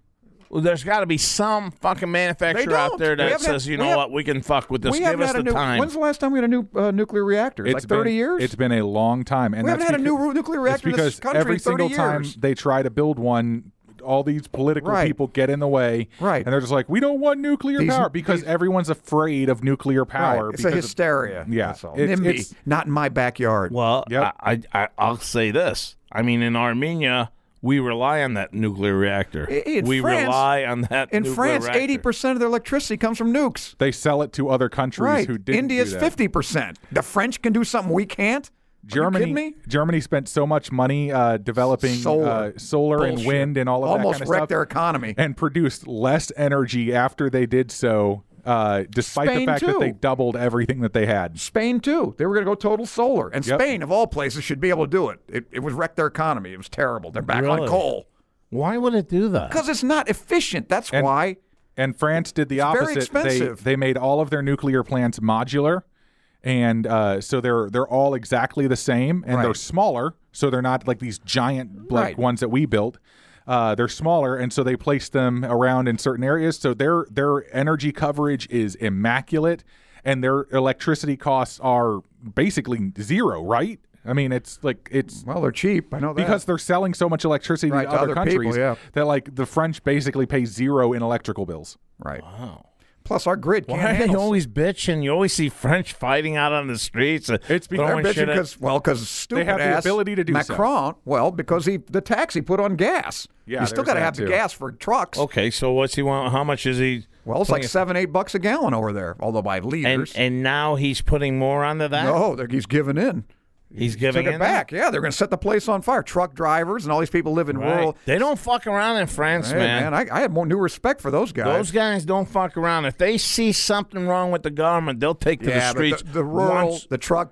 Well, there's got to be some fucking manufacturer out don't. there We that haven't had- says, you we know have- what, we can fuck with this. we Give haven't us had the a new. time. When's the last time we had a new uh, nuclear reactor? It's like thirty been- years. It's been a long time, and We that's haven't had a new becau- ru- nuclear it's reactor in this because country in every 30 single time years. they try to build one, all these political Right. people get in the way, Right. And they're just like, we don't want nuclear These- power because these- everyone's afraid of nuclear power. Right. It's a because of- hysteria. Yeah, That's all. it's- NIMBY. it's- not in my backyard. well, Yep. I, I, I, I'll say this. I mean, in Armenia, we rely on that nuclear reactor. I- in we France- rely on that. in nuclear France, reactor. eighty percent of their electricity comes from nukes. they sell it to other countries Right. who didn't. do India's that. fifty percent. The French can do something we can't. Are Germany, you kidding me? Germany spent so much money uh, developing Solar. uh, solar and Bullshit. wind and all of Almost that kind of wrecked stuff, their economy. and produced less energy after they did so, uh, despite the Spain, fact that too. they doubled everything that they had. Spain too. They were going to go total solar, and Yep. Spain, of all places, should be able to do it. It, it was wrecked their economy. It was terrible. They're back on Really? coal Why would it do that? because it's not efficient. That's And- why. And France did the very opposite. expensive. They they made all of their nuclear plants modular, and uh, so they're they're all exactly the same, and they're Right. smaller, so they're not like these giant like Right. ones that we built. Uh, they're smaller, and so they place them around in certain areas. So their their energy coverage is immaculate, and their electricity costs are basically zero. Right? I mean, it's like it's Well, they're cheap. I know that because they're selling so much electricity Right, to, to other, other people, countries yeah. that like the French basically pay zero in electrical bills. right. Wow. Plus, our grid can't Why are they handle always bitching? You always see French fighting out on the streets. uh, It's because They're throwing bitching shit at- because well, because stupid have the ass ability to do so. Macron. Well, because he the tax he put on gas. Yeah, you still there's got to that have too. the gas for trucks. Okay, so what's he want? How much is he? Well, it's like putting- seven, eight bucks a gallon over there. Although by and liters, and now he's putting more onto that. no, they're- he's giving in. He's giving Took it in? back. Yeah, they're going to set the place on fire. Truck drivers and all these people live in Right. rural. They don't fuck around in France, Hey, man, I, I have more new respect for those guys. Those guys don't fuck around. If they see something wrong with the government, they'll take to yeah, the streets. But the, the rural, once- the truck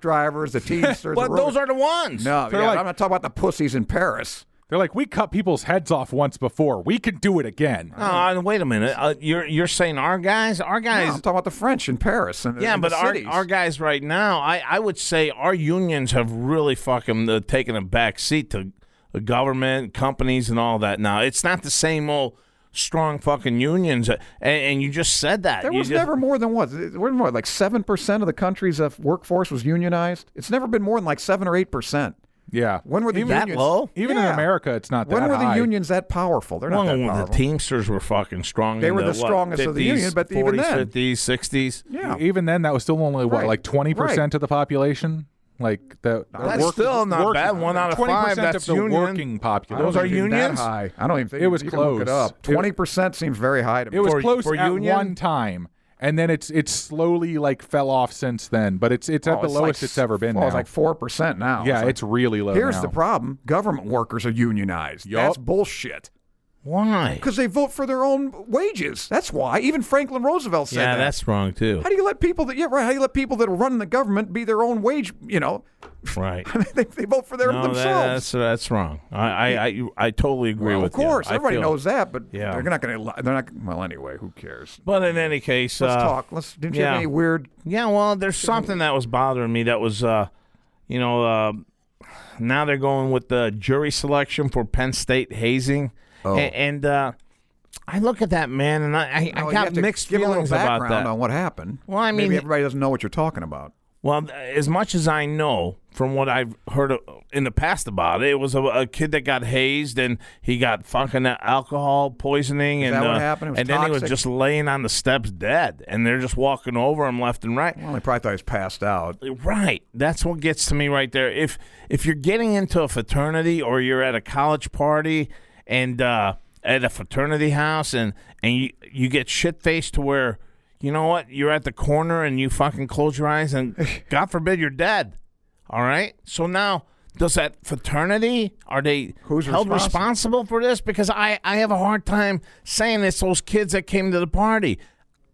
drivers, the teamsters. but the rural- those are the ones. no. They're yeah, like- I'm not talking about the pussies in Paris. They're like, we cut people's heads off once before. We can do it again. No, uh, wait a minute. Uh, you're you're saying our guys, our No, I'm guys. talking about the French in Paris. And, yeah, and but the our, cities. our guys right now, I, I would say our unions have really fucking uh, taken a back seat to the government, companies, and all that. Now it's not the same old strong fucking unions. Uh, And, and you just said that. There You was just- never more than what? We're more like seven percent of the country's uh, workforce was unionized. It's never been more than like seven or eight percent. Yeah. When were the Even that unions low? Even Yeah. in America, it's not When that were high. the unions that powerful? They're not Well, that the powerful. Teamsters were fucking strong. They in were the what, strongest of the 50s, union, but 40s, even then- 50s, 60s. Yeah, E-, Even then, that was still only what, Right. like twenty percent Right. of the population. Like the That's still not bad. One out of five, of that's the union. working population. Those are Even unions? That high. I don't even think It was you can look close. it up. It- Twenty percent seems very high to me. It was For- close for at union? one time, and then it's it's slowly like fell off since then. But it's it's at Oh, the like lowest it's ever been. Oh, now. it's like four percent now. yeah, It's like, it's really low. here's now. the problem: government workers are unionized. Yup. That's bullshit. Why? Because they vote for their own wages. That's why. Even Franklin Roosevelt said Yeah, that. that's wrong too. How do you let people that yeah right? How do you let people that are running the government be their own wage? You know, Right. they, they vote for their No, that- that's themselves. that's wrong. I I, I, I totally agree Well, with of you. course, I everybody feel- knows that, but Yeah. they're not going to. They're not. Well, anyway, who cares? But in any case, Let's uh, talk. Let's. Didn't you yeah. have any weird? Yeah, well, there's something that was bothering me. That was, uh, you know, uh, now they're going with the jury selection for Penn State hazing, oh. and, uh, I look at that man, and I I, Oh, I you got have to mixed give a little feelings about background that. on what happened. Well, I mean- maybe everybody doesn't know what you're talking about. Well, th- as much as I know from what I've heard of, in the past about it, it was a, a kid that got hazed and he got fucking alcohol poisoning, and that what uh, happened? It was and then he was toxic? just laying on the steps dead, and they're just walking over him left and right. Well, they probably thought he was passed out. Right, that's what gets to me right there. If if you're getting into a fraternity or you're at a college party and uh, at a fraternity house and and you you get shit faced to where you know what you're at the corner and you fucking close your eyes and God forbid you're dead. All right, so now does that fraternity are they Who's held responsible? responsible for this? Because I I have a hard time saying it's those kids that came to the party.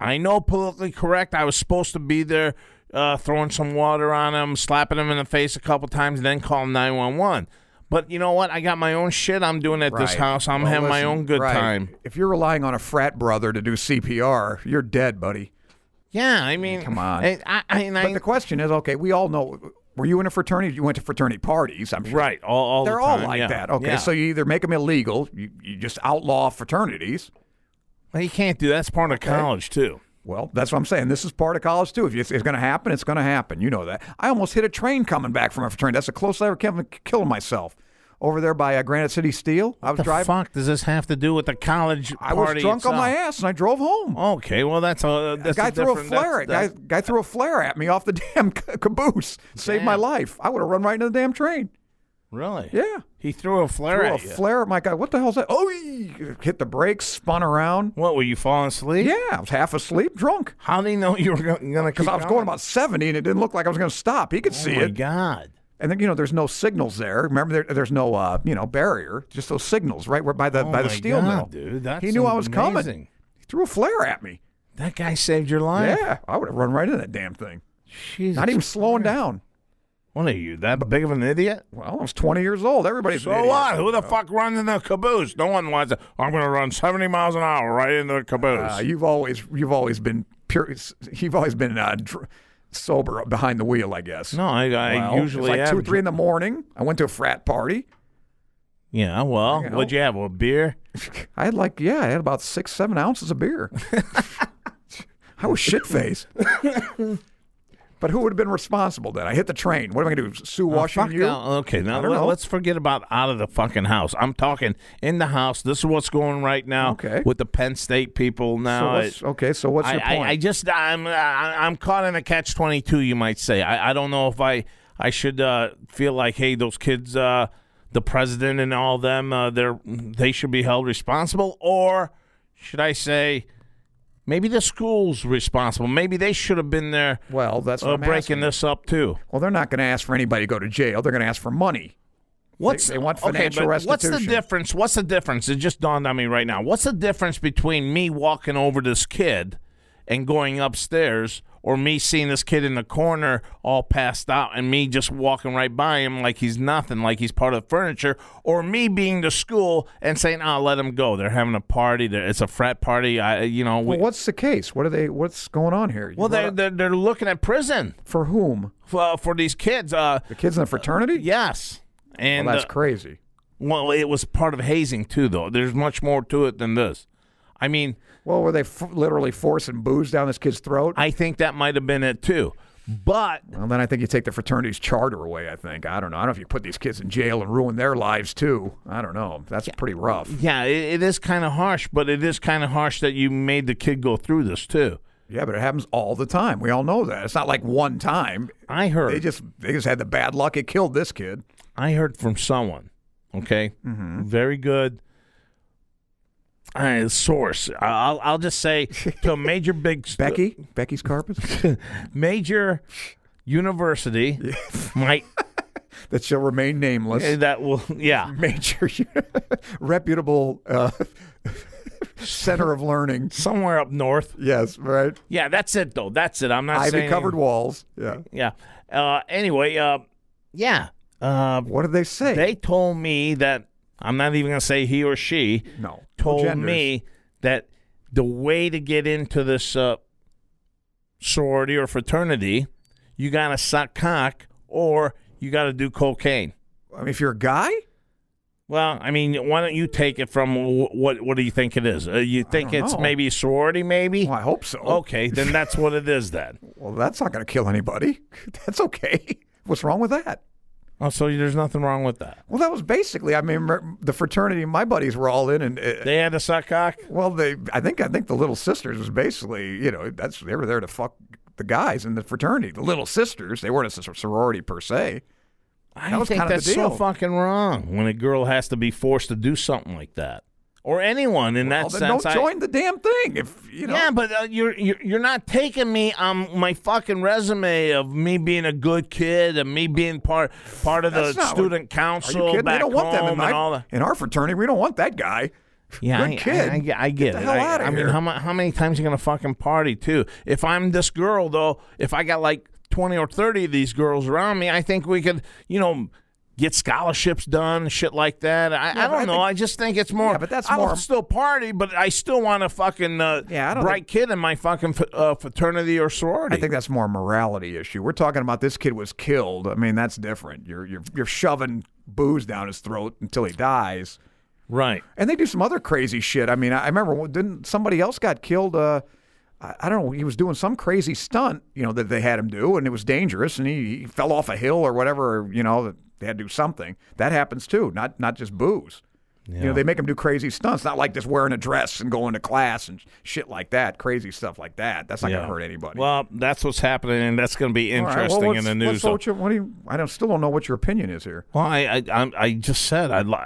I know politically correct. I was supposed to be there uh, throwing some water on him, slapping him in the face a couple times, and then calling 911. But you know what? I got my own shit I'm doing at this Right. house. I'm Well, having my listen, own good right. time. If you're relying on a frat brother to do CPR, you're dead, buddy. Yeah, I mean, Come on. And I, I, and I, But the question is, okay, we all know. Were you in a fraternity? You went to fraternity parties. I'm sure. right, all, all the They're all time, like yeah, that. Okay, yeah. so you either make them illegal, you, you just outlaw fraternities. Well, you can't do that. that's part of college too. Well, that's what I'm saying. This is part of college too. If it's, it's going to happen, it's going to happen. You know that. I almost hit a train coming back from a fraternity. That's the closest I ever came to killing myself. Over there by uh, Granite City Steel, I What was the driving. fuck does this have to do with the college I party? was drunk on my itself? ass, and I drove home. Okay, well that's a uh, that's a guy threw a different- that's- flare. at that's- guy, guy threw a flare at me off the damn caboose. Saved my Damn. life. I would have run right into the damn train. really? Yeah. He threw a flare Threw a at you. flare at my guy. What the hell's that? Oh, hit the brakes, spun around. what were you falling asleep? Yeah, I was half asleep, drunk. How do you know you were going to? Because I was going about 70 and it didn't look like I was going to stop. He could see Oh my it. god! And then, you know, there's no signals there. Remember, there, there's no, uh, you know, barrier, just those signals right where by the, Oh by the my steel God, mill. dude. That's he knew I was amazing. coming. He threw a flare at me. That guy saved your life. Yeah, I would have run right into that damn thing. Jesus Not even slowing down. What are you that big of an idiot? Well, I was 20 years old. Everybody's So an idiot. what? Who the fuck runs in the caboose? No one wants it. I'm going to run 70 miles an hour right into the caboose. Uh, you've always you've always been pure. You've always been uh, dr- sober behind the wheel, I guess. no, I, I Well, it's usually like have. two or three in the morning. I went to a frat party. Yeah, well, You know. what'd you have? A beer? I had like, yeah, I had about six, seven ounces of beer. I was shit faced. but who would have been responsible then? I hit the train. What am I going to do? Sue Oh, Fuck Washington? you? no. Okay, now I don't let, know. us forget about out of the fucking house. I'm talking in the house. This is what's going right now Okay. with the Penn State people So now. what's- It- okay, so what's I, your I- point? I, just I'm I, I'm caught in a catch twenty two. You might say I, I don't know if I I should uh, feel like hey those kids uh, the president and all them uh, they're they should be held responsible or should I say Maybe the school's responsible. Maybe they should have been there Well, that's what uh, I'm breaking asking. this up too. Well, they're not going to ask for anybody to go to jail. They're going to ask for money. What's they want okay, financial but What's the restitution. difference? What's the difference? It just dawned on me right now. What's the difference between me walking over this kid and going upstairs, or me seeing this kid in the corner all passed out, and me just walking right by him like he's nothing, like he's part of the furniture, or me being to school and saying, "I'll let him go. They're having a party. They're, it's a frat party. I, you know, we, Well, what's the case? What are they? What's going on here? You well, they're, brought up- they're they're looking at prison for whom? for for these kids. Uh, The kids in the fraternity? yes, and Well, that's uh, crazy. Well, it was part of hazing too, though. There's much more to it than this. I mean, Well, were they f- literally forcing booze down this kid's throat? I think that might have been it too. But well, then I think you take the fraternity's charter away. I think I don't know. I don't know if you put these kids in jail and ruin their lives too. I don't know. That's pretty rough. yeah, it, it is kind of harsh. But it is kind of harsh that you made the kid go through this too. Yeah, but it happens all the time. We all know that. It's not like one time. I heard. They just they just had the bad luck. It killed this kid. I heard from someone. Okay, Mm-hmm. very good. Uh, source. I- I'll I'll just say to Major Big Becky, Becky's carpets Major University might that shall remain nameless. that will yeah major reputable uh, center of learning. somewhere up north. Yes, right. Yeah, that's it though. That's it. I'm not Ivy saying covered walls. Yeah. Yeah. Uh, anyway, uh, yeah. Uh, What did they say? they told me that I'm not even gonna say he or she no. told Genders. me that the way to get into this uh, sorority or fraternity, you gotta suck cock or you gotta do cocaine. I mean, if you're a guy, Well, I mean, why don't you take it from wh- what? What do you think it is? Uh, you think don't it's know. maybe sorority, maybe? well, I hope so. Okay, then that's what it is then. Well, that's not going to kill anybody. That's okay. What's wrong with that? Oh, so there's nothing wrong with that. Well, that was basically. I mean, mer- the fraternity my buddies were all in, and uh, They had to suck cock. well, they. I think. I think the little sisters was basically. You know, that's they were there to fuck the guys in the fraternity. The little sisters. They weren't a sor- sorority per se. I That was think kinda the that's so deal. fucking wrong when a girl has to be forced to do something like that, or anyone in Well, that then sense. don't I- join the damn thing. If you know. Yeah, but uh, you're, you're you're not taking me on my fucking resume of me being a good kid and me being part part of the That's not what- student Are council you kidding? They back don't want them in, home my, and all that. in our fraternity. We don't want that guy. Yeah, Good I, kid. I, I, get- I get, the it. hell I, outta I mean, here. how, mu- how many times you gonna fucking party too? If I'm this girl though, if I got like twenty or thirty of these girls around me, I think we could, you know, get scholarships done, shit like that. I, I but don't I know. think- I just think it's more. Yeah, but that's I'll more- still party, but I still want a fucking uh, Yeah, I don't bright kid in my fucking f- uh, fraternity or sorority. I think that's more a morality issue. We're talking about this kid was killed. I mean, that's different. You're you're you're shoving booze down his throat until he dies. right. And they do some other crazy shit. I mean, I, I remember when- didn't somebody else got killed? Uh, I, I don't know. He was doing some crazy stunt, you know, that they had him do, and it was dangerous, and he, he fell off a hill or whatever. Or, you know, they had to do something. That happens too. Not not just booze. You know, they make him do crazy stunts. Not like just wearing a dress and going to class and shit like that. Crazy stuff like that. That's not Yeah. gonna hurt anybody. Well, that's what's happening, and that's going to be All right, well, interesting in the news. what's- what's what you- what do you- I don't, still don't know what your opinion is here. Well, I I, I'm- I just said I li-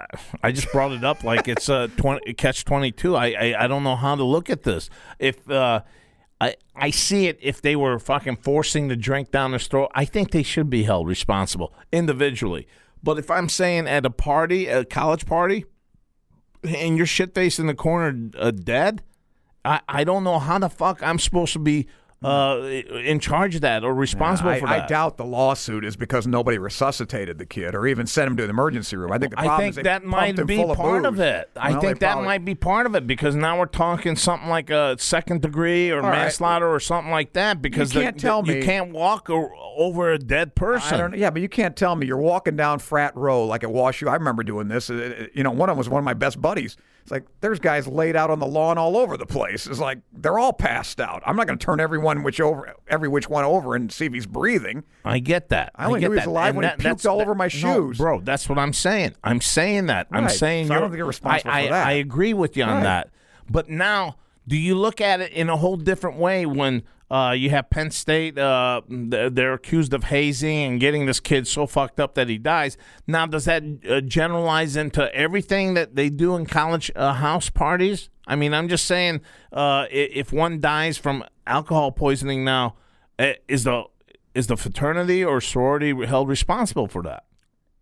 I just brought it up like it's a 20, catch twenty two. I, I I don't know how to look at this. If uh, I I see it, if they were fucking forcing the drink down their throat, I think they should be held responsible individually. But if I'm saying at a party, a college party, and your shit face in the corner uh, dead, I I don't know how the fuck I'm supposed to be uh in charge of that or responsible I, for I that. doubt the lawsuit is because nobody resuscitated the kid or even sent him to the emergency room. I think the problem I is think they that pumped might him be full part of of, booze. it. I Well, think they that probably- might be part of it because now we're talking something like a second degree or right. manslaughter or something like that. Because the- can't the- tell you me- can't walk o- over a dead person. I don't. e Yeah, but you can't tell me you're walking down frat row like at WashU. I remember doing this. uh, uh, You know, one of them was one of my best buddies. It's like there's guys laid out on the lawn all over the place. It's like they're all passed out. I'm not going to turn everyone which over every which one over and see if he's breathing. I get that. I only get knew he was that. alive And when he that- puked that's- all over my no, shoes. bro. That's what I'm saying. I'm saying that. I'm Right. saying So I you're- don't think you're responsible I, for I- that. I agree with you on Right. that. But now, do you look at it in a whole different way when uh, you have Penn State? Uh, th- they're accused of hazing and getting this kid so fucked up that he dies. Now, does that uh, generalize into everything that they do in college uh, house parties? I mean, I'm just saying, uh, i- if one dies from alcohol poisoning now, eh, is the is the fraternity or sorority held responsible for that?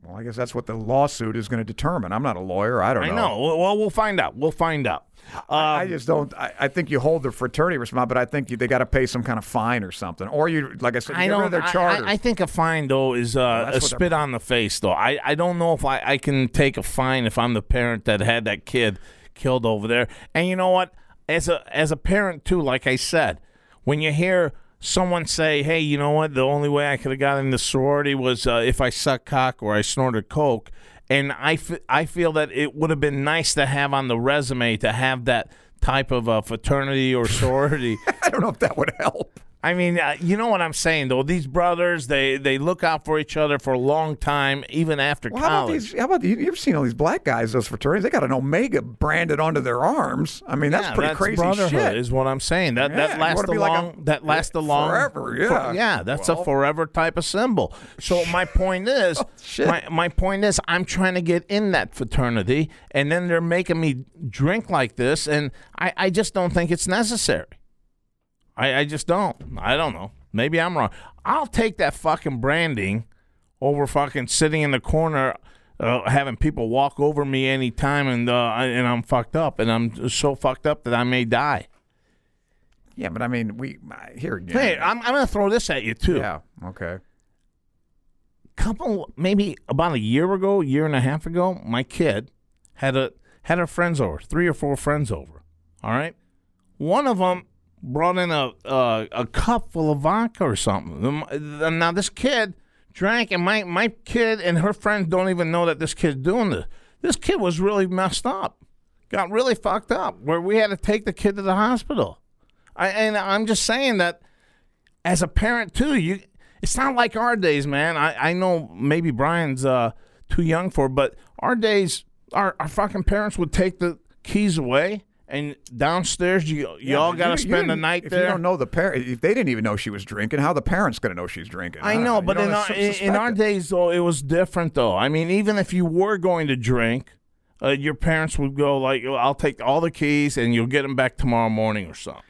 Well, I guess that's what the lawsuit is going to determine. I'm not a lawyer. I don't I know. know. Well, Well, we'll find out. We'll find out. Uh, I just don't. I, I think you hold the fraternity responsible, but I think you, they got to pay some kind of fine or something. Or you, like I said, you I get rid don't. of their I- charters. I, I think a fine though is uh, a that's what they're- spit on the face though. I, I don't know if I, I can take a fine if I'm the parent that had that kid killed over there. And you know what? As a as a parent too, like I said, when you hear someone say, "Hey, you know what? The only way I could have gotten into sorority was uh, if I sucked cock or I snorted coke," and I f- I feel that it would have been nice to have on the resume to have that type of uh, fraternity or sorority. I don't know if that would help. I mean, uh, you know what I'm saying though. These brothers, they they look out for each other for a long time, even after Well, how about college. these? How about you? You've seen all these black guys, those fraternities. They got an Omega branded onto their arms. I mean, that's Yeah, pretty crazy brotherhood shit. Is what I'm saying. That Yeah, that you lasts wanna a be like a- eh, long. that lasts a long Forever, for- yeah. yeah, that's a Well. Oh, forever type of symbol. So my point is, shit. my my point is, I'm trying to get in that fraternity, and then they're making me drink like this, and I I just don't think it's necessary. I I just don't. I don't know. Maybe I'm wrong. I'll take that fucking branding over fucking sitting in the corner. Uh, having people walk over me anytime and uh, I- and I'm fucked up and I'm so fucked up that I may die. yeah, but I mean, we I- here again. Hey, I'm, I'm going to throw this at you too. yeah, okay. Couple, maybe about a year ago, year and a half ago, my kid had a had her friends over, three or four friends over. All right, one of them brought in a a, a cup full of vodka or something. Um, uh, Now this kid drank, and my my kid and her friends don't even know that this kid's doing this. This kid was really messed up, got really fucked up, where we had to take the kid to the hospital. I, and I'm just saying that as a parent too, you it's not like our days, man. I, I know maybe Brian's uh, too young for, it, but our days, our, our fucking parents would take the keys away and downstairs you you all but got to you- you spend the didn't- night if there. You don't know the parent. If they didn't even know she was drinking, how the parents going to know she's drinking? I don't know, You but don't in our, sus- in, in suspect our it. days though, it was different though. I mean, even if you were going to drink, uh, your parents would go like, "I'll take all the keys and you'll get them back tomorrow morning or something."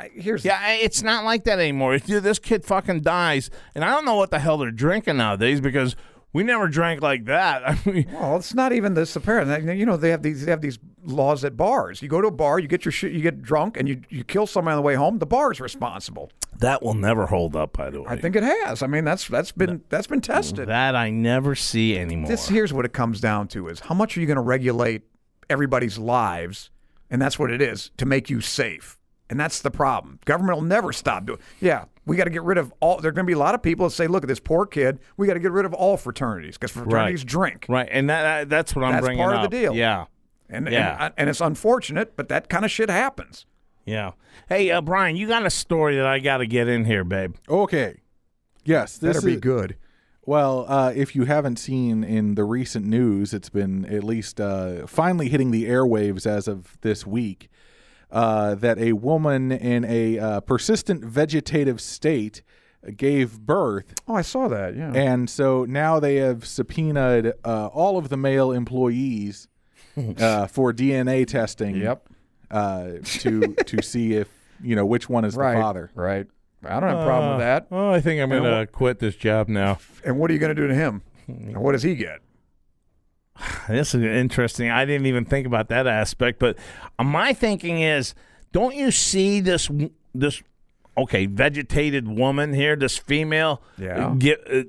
I- here's Yeah, I- it's not like that anymore. If you- this kid fucking dies, and I don't know what the hell they're drinking nowadays because we never drank like that. I mean, Well, it's not even this the parent. I mean, You know, they have these they have these laws at bars. You go to a bar, you get your shit, you get drunk, and you, you kill somebody on the way home. The bar is responsible. that will never hold up. By the way, I think it has. I mean, that's that's been that's been tested. that I never see anymore. This here's what it comes down to: is how much are you going to regulate everybody's lives, and that's what it is to make you safe. And that's the problem. Government will never stop doing. Yeah, we got to get rid of all. There are going to be a lot of people that say, "Look at this poor kid. We got to get rid of all fraternities because fraternities drink." right, and that, that that's what I'm That's bringing part up. of the deal. Yeah, And, Yeah. and and it's unfortunate, but that kind of shit happens. yeah. Hey, uh, Brian, you got a story that I got to get in here, babe. Okay. Yes, this Better be is- good. Well, uh, if you haven't seen in the recent news, it's been at least uh, finally hitting the airwaves as of this week uh, that a woman in a uh, persistent vegetative state gave birth. Oh, I saw that. Yeah. And so now they have subpoenaed uh, all of the male employees uh, for DNA testing. Yep. Uh, to to see if you know which one is right. the father. Right. I don't have a problem with that. Oh, I think I'm gonna quit this job now. And what are you going to do to him? And what does he get? This is interesting. I didn't even think about that aspect, but uh, my thinking is, don't you see this w- this okay vegetated woman here, this female? Yeah. Get, uh,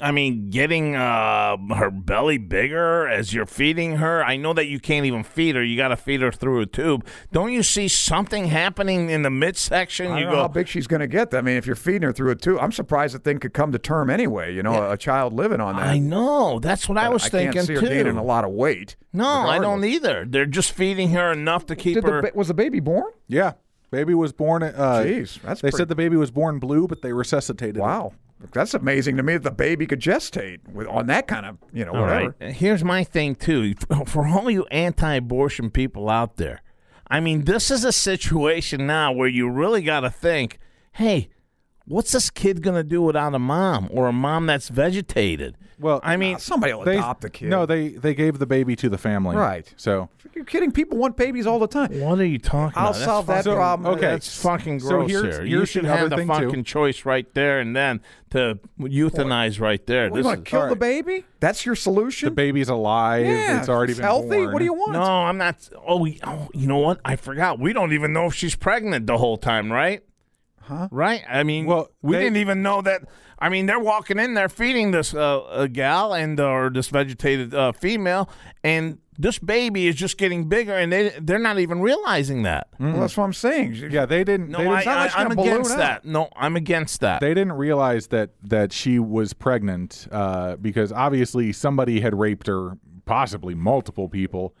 I mean, getting uh, her belly bigger as you're feeding her. I know that you can't even feed her; you got to feed her through a tube. Don't you see something happening in the midsection? I you don't go, know how big she's going to get. I mean, if you're feeding her through a tube, I'm surprised the thing could come to term anyway. You know, a child living on that. I know. That's what I was I thinking can't see her too. gaining a lot of weight. no, I don't regardless. either. They're just feeding her enough to keep Did her. the, ba- was the baby born? Yeah, baby was born. Uh, Jeez, that's they pretty- said the baby was born blue, but they resuscitated. it. Wow, that's amazing to me that the baby could gestate with on that kind of you know All whatever. right. Here's my thing too. For all you anti-abortion people out there, I mean, this is a situation now where you really got to think, hey, what's this kid going to do without a mom or a mom that's vegetated? Well, I mean, Somebody will they, adopt the kid. No, they they gave the baby to the family. Right. So You're kidding. People want babies all the time. what are you talking I'll about? That's solve that fucking- problem. okay. That's fucking So gross here's- here. you here's should another have the thing, too. fucking choice right there and then to euthanize right there. What, you This want is- to kill the alright. baby? That's your the solution? baby's alive. yeah, it's already been healthy. born. What do you want? no, I'm not. Oh, we- oh, you know what? I forgot. We don't even know if she's pregnant the whole time, right? Huh? Right? I mean, Well, we they- didn't even know that. I mean, they're walking in there feeding this uh, uh, gal and or this vegetated uh, female, and this baby is just getting bigger, and they they're not even realizing that. Well, that's what I'm saying. Hmm. Yeah, they didn't. No, they, I, didn't not like she's I, am gonna balloon against up. that. No, I'm against that. they didn't realize that that she was pregnant uh, because obviously somebody had raped her, possibly multiple people,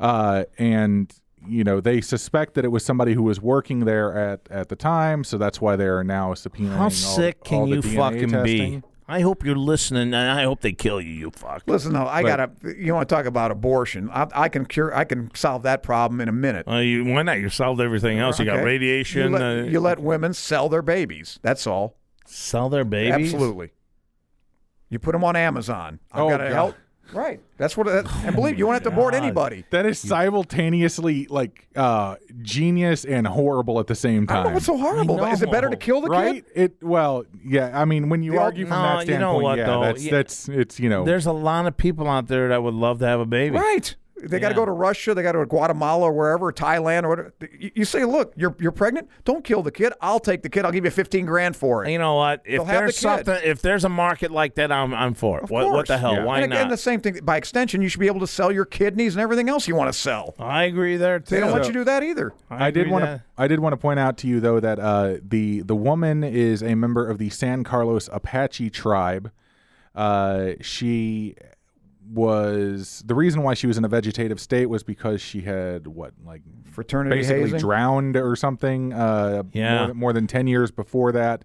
uh, and you know they suspect that it was somebody who was working there at at the time. So that's why they are now subpoenaing. How all- sick can all the you DNA fucking testing. be? I hope you're listening, and I hope they kill you, you fuck. Listen, though, I gotta. You want to talk about abortion? I, I can cure. I can solve that problem in a minute. Uh, you, why not? You solved everything else. You got Okay? radiation. You let, uh, you let women sell their babies. That's all. sell their babies. Absolutely. You put them on Amazon. I've Oh, got to God. help. Right. That's what. That, and believe you won't have to board Oh, God. anybody. That is simultaneously like uh, genius and horrible at the same time. I don't know what's so horrible. I Is it better to know, kill the right? kid? It well, yeah. I mean, when you The old- argue from No, that you know standpoint, what, yeah, though? that's Yeah. that's it's you know There's a lot of people out there that would love to have a baby. Right. They got to Yeah. go to Russia. They got to go to Guatemala or wherever, Thailand or whatever. You, you say, look, you're you're pregnant. Don't kill the kid. I'll take the kid. I'll give you fifteen grand for it. You know what? If They'll have there's the kid. something, if there's a market like that, I'm I'm for it. Of What, what the course. hell? Yeah. Why and again, not? the same thing. By extension, you should be able to sell your kidneys and everything else you want to sell. I agree there too. They don't want So- you to do that either. I did agree want that- to. I did want to point out to you though that uh, the the woman is a member of the San Carlos Apache tribe. Uh, she was the reason why she was in a vegetative state was because she had what like Fraternity basically hazing. drowned or something. Uh, Yeah. more, than- more than ten years before that.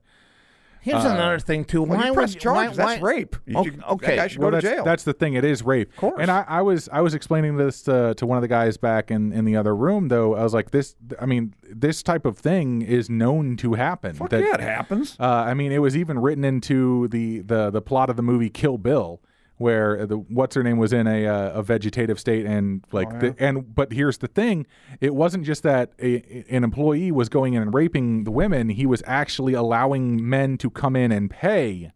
Here's another thing too. Well, why uh, you press would why- charges. that's why- rape. You- Okay, you- okay. That guy should well, go to that's, jail. That's the thing. It is rape. Of course. And I, I was I was explaining this to, to one of the guys back in, in the other room though. I was like, this. I mean, this type of thing is known to happen. Fuck That- yeah, it happens. Uh, I mean, it was even written into the, the the plot of the movie Kill Bill, where the what's her name was in a uh, a vegetative state and like Oh, the, and but here's the thing, it wasn't just that a, an employee was going in and raping the women. He was actually allowing men to come in and pay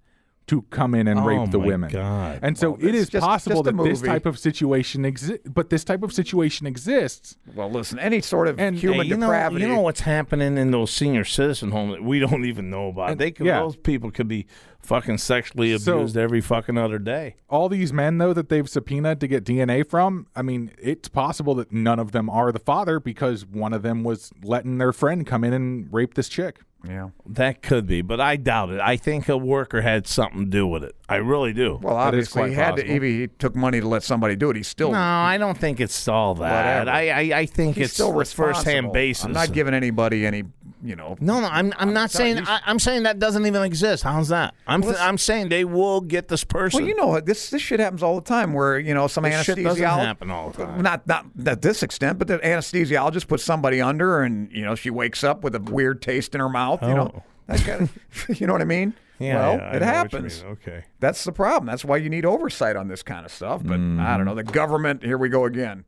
to come in and Oh rape the my women. God. And so it that's is just- possible just a that this movie. type of situation exists, but this type of situation exists. Well, listen, any sort of And, human Hey, you depravity. Know, you know what's happening in those senior citizen homes that we don't even know about. they could, yeah. those people could be fucking sexually So- abused every fucking other day. all these men though that they've subpoenaed to get DNA from, I mean, it's possible that none of them are the father because one of them was letting their friend come in and rape this chick. yeah. That could be, but I doubt it. I think a worker had something to do with it. I really do. Well, That is obviously, he quite had to. possible. He, he took money to let somebody do it. He's still. no, I don't think it's all that. Whatever. I, I, I think He's it's still the first-hand responsible. basis. I'm not giving anybody any, you know. no, no, I'm, I'm not saying. I, I'm saying that doesn't even exist. How's that? I'm, th- listen- I'm saying they will get this person. Well, you know what? This this shit happens all the time. Where you know some This shit anesthesiologist doesn't happen all the time. Not not at this extent, but the anesthesiologist puts somebody under, and you know she wakes up with a weird taste in her mouth. You know, Oh. that kind of, you know what I mean? Yeah, well, yeah, I it know what you happens. mean. Okay. That's the problem. That's why you need oversight on this kind of stuff. But Mm-hmm. I don't know. The government. Here we go again.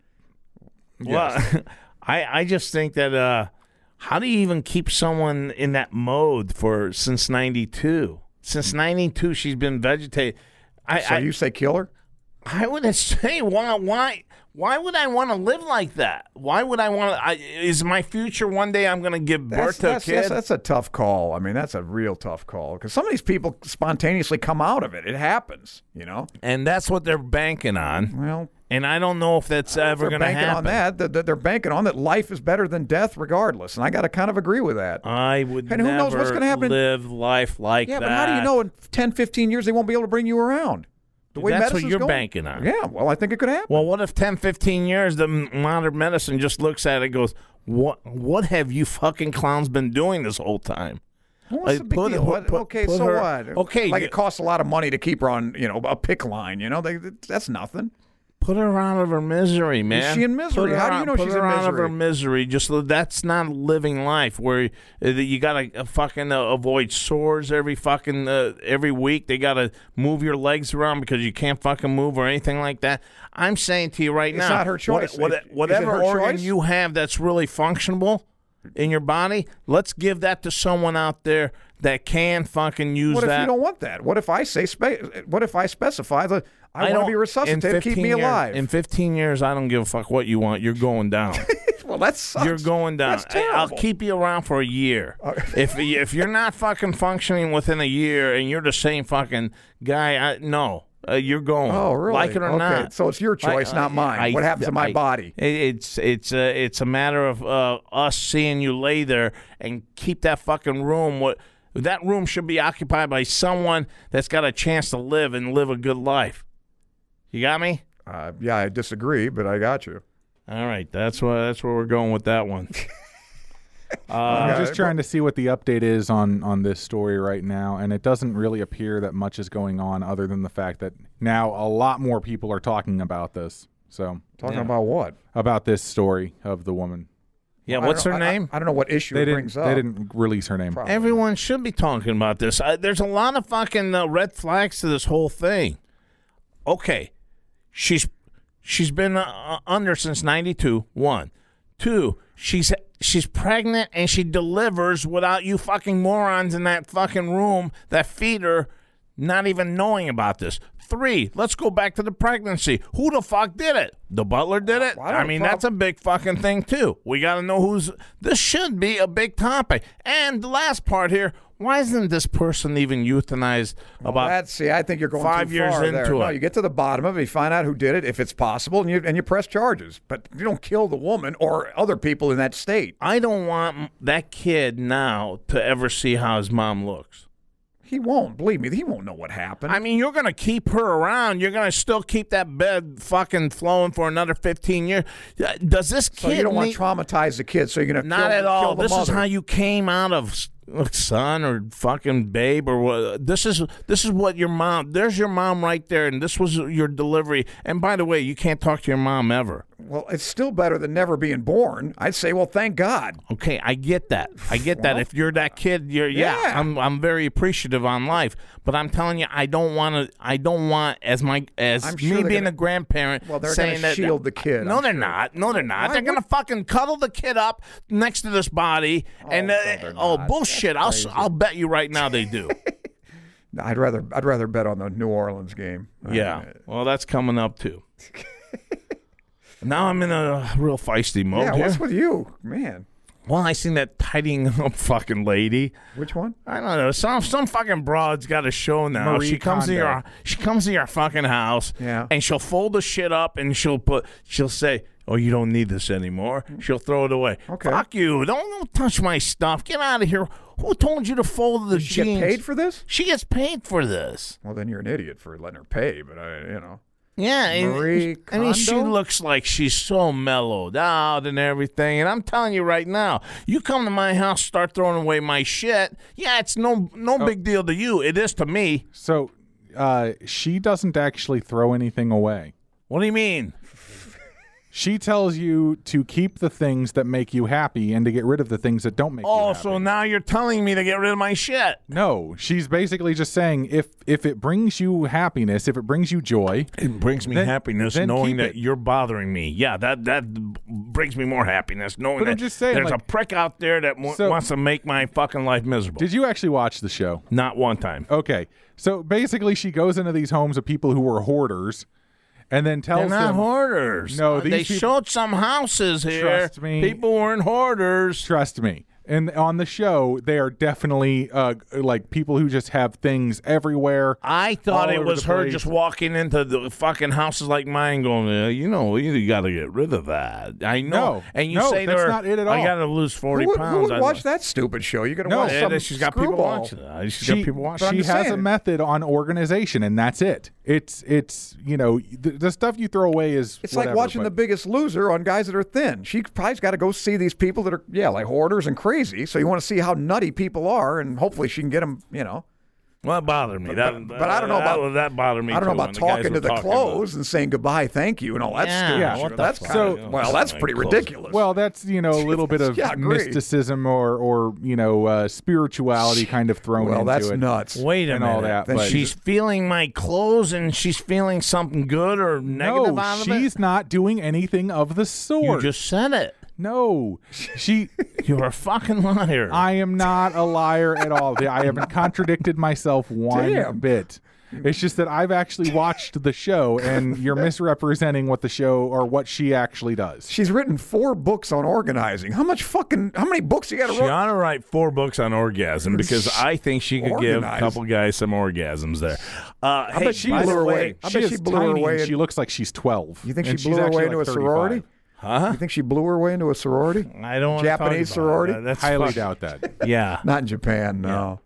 Well, I, I just think that uh, how do you even keep someone in that mode for since '92? Since '92, she's been vegetated. I, So I, you say killer? I would say why why why would I want to live like that? Why would I want to? I, is my future one day I'm going to give birth That's, to a that's, kid? that's, that's a tough call. I mean, that's a real tough call because some of these people spontaneously come out of it. It happens, you know. and that's what they're banking on. Well, And I don't know if that's ever they're going to banking happen. on that, that. that They're banking on that life is better than death, regardless. And I got to kind of agree with that. I would And who knows what's never gonna happen in- live life like yeah, that. but how do you know in 10, 15 years they won't be able to bring you around? The way That's what medicine's you're going? banking on. Yeah, well, I think it could happen. Well, what if 10, 15 years the m- modern medicine just looks at it and goes, what What have you fucking clowns been doing this whole time? Well, what's I the big put- deal? What- put- okay, put so her- what? okay, like you- it costs a lot of money to keep her on, you know, a pick line. You know, they, that's nothing. Put her out of her misery, man. she in Put misery? her How do you out- know put she's her in out of her misery? misery? Just li- that's not living life where uh, you gotta uh, fucking uh, avoid sores every fucking uh, every week. They gotta move your legs around because you can't fucking move or anything like that. I'm saying to you right It's now, not her what- choice. what- Is- is it whatever her organ choice? you have that's really functional in your body, let's give that to someone out there that can fucking use What if that. you don't want that? What if I say spe- what if I specify that I, want don't- to be in resuscitated, keep 15 me years- alive? in 15 years, I don't give a fuck what you want. You're going down. well, that sucks. You're going down. That's I- I'll terrible. keep you around for a year. if if you're not fucking functioning within a year and you're the same fucking guy, I, no, uh, you're going. Oh, really? Like it or Okay, not. so it's your Like, choice, not I- mine. I- what happens to my I- body? it- It's it's a it's a matter of uh, us seeing you lay there and keep that fucking room. What that room should be occupied by someone that's got a chance to live and live a good life. You got me? Uh, yeah, I disagree, but I got you. All right, that's what that's where we're going with that one. I'm Okay. just trying to see what the update is on on this story right now, and it doesn't really appear that much is going on other than the fact that now a lot more people are talking about this. So Talking about what? about this story of the woman, Yeah, I don't what's her know- I- name? I, I don't know what issue they it didn't brings up. they didn't release her name. Probably. Everyone should be talking about this. I, there's a lot of fucking uh, red flags to this whole thing. Okay, she's she's been uh, under since '92. One, two. She's she's pregnant and she delivers without you fucking morons in that fucking room that feed her, not even knowing about this. Three. Let's go back to the pregnancy. Who the fuck did it? The butler did it. I don't I mean, prob- that's a big fucking thing too. We got to know who's. This should be a big topic. And the last part here. Why isn't this person even euthanized about That's see, I think you're going five too years far there. into No, it. you get to the bottom of it, you find out who did it, if it's possible, and you and you press charges. But you don't kill the woman or other people in that state. I don't want m- that kid now to ever see how his mom looks. He won't believe me. He won't know what happened. I mean, you're going to keep her around. You're going to still keep that bed fucking flowing for another 15 years. Uh, Does this kid so you don't want need- to traumatize the kid. So you're gonna Not kill, at all. Kill the This is mother. how you came out of s- son or fucking babe or what. This is this is what your mom. There's your mom right there, and this was your delivery. And by the way, you can't talk to your mom ever. Well, it's still better than never being born. I'd say, well, thank God. Okay, I get that. I get that. If you're that kid, you're yeah, Yeah. I'm I'm very appreciative on life, but I'm telling you, I don't want to. I don't want as my as I'm me sure they're being gonna- a grandparent. Well, they're saying gonna that shield the kid, No, I'm they're not. No, they're not. Why they're gonna would- fucking cuddle the kid up next to this body, and uh, oh bullshit! I'll s- I'll bet you right now they do. No, I'd rather I'd rather bet on the New Orleans game. yeah. Well, that's coming up too. now I'm in a real feisty mode yeah. here. What's with you, man? Well, I seen that tidying up fucking lady. Which one? I don't know. Some some fucking broad's got a show now. Marie she comes to Kondo. your she comes to your fucking house, Yeah. and she'll fold the shit up and she'll put she'll say, "Oh, you don't need this anymore." She'll throw it away. Okay. Fuck you! Don't don't touch my stuff. Get out of here. Who told you to fold the She jeans? get paid for this? She gets paid for this. Well, then you're an idiot for letting her pay. But I, you know. Yeah, and- Marie I mean, she Kondo? looks like she's so mellowed out and everything. And I'm telling you right now, you come to my house, start throwing away my shit. Yeah, it's no no Oh. big deal to you. It is to me. So uh, she doesn't actually throw anything away. What do you mean? She tells you to keep the things that make you happy and to get rid of the things that don't make you Oh, happy. so now you're telling me to get rid of my shit. No, she's basically just saying if if it brings you happiness, if it brings you joy, It brings me Then- happiness then knowing keep that it. you're bothering me. Yeah, that that b- brings me more happiness knowing But that I'm just saying, there's like- a prick out there that w- So- wants to make my fucking life miserable. did you actually watch the show? Not one time. Okay. So basically she goes into these homes of people who were hoarders and then tells They're not Oh, them hoarders. No, Uh, these they peop- showed some houses here. Trust me. people weren't hoarders. trust me. And on the show, they are definitely uh, like people who just have things everywhere. I thought All it over was the her place. just walking into the fucking houses like mine, going, "Uh, you know, you got to get rid of that. I know. No, and you no, say to that's her, not it at I all. got to lose Who forty would, pounds. who would I- watch that stupid show? You got to No. watch Yeah, some Yeah, she's got people screwball. watching. it. Uh, She's got she, people watching. but I'm she just has a saying. method on organization, and that's it. It's it's you know the, the stuff you throw away is It's whatever, like watching but- The Biggest Loser on guys that are thin. She probably's got to go see these people that are, yeah, like hoarders and crazy. So you want to see how nutty people are, and hopefully she can get them, you know. Well, that bothered me. That, but I don't know that- about- that. Bothered me. I don't know too, about when the guys talking were to the talking clothes and saying goodbye, thank you, and all that Yeah, stuff. yeah, Sure, what the that's fuck? kind So- of well, that's Like pretty clothes. ridiculous. Well, that's you know a little bit of Yeah, I agree. mysticism or or you know uh, spirituality kind of thrown well, into that's it. nuts. Wait a and minute. all that, Then but- she's feeling my clothes and she's feeling something good or negative No, out of it. she's not doing anything of the You sort. just said it. no, she. You're a fucking liar. I am not a liar at all. I haven't contradicted myself one Damn. bit. It's just that I've actually watched the show, and you're misrepresenting what the show or what she actually does. She's written four books on organizing. How much fucking? How many books you got to she write? ought to write four books on orgasm because I think she could give a Organized. couple guys some orgasms there. Uh, I hey, bet she by blew the her way- away. I she bet is she blew her tiny and away in- she looks like she's 12. You think and she she's blew her actually way into like a 35. sorority? Huh? You think she blew her way into a sorority? I don't want Japanese sorority? That's Highly doubt fuck- that. Yeah. Not in Japan, no.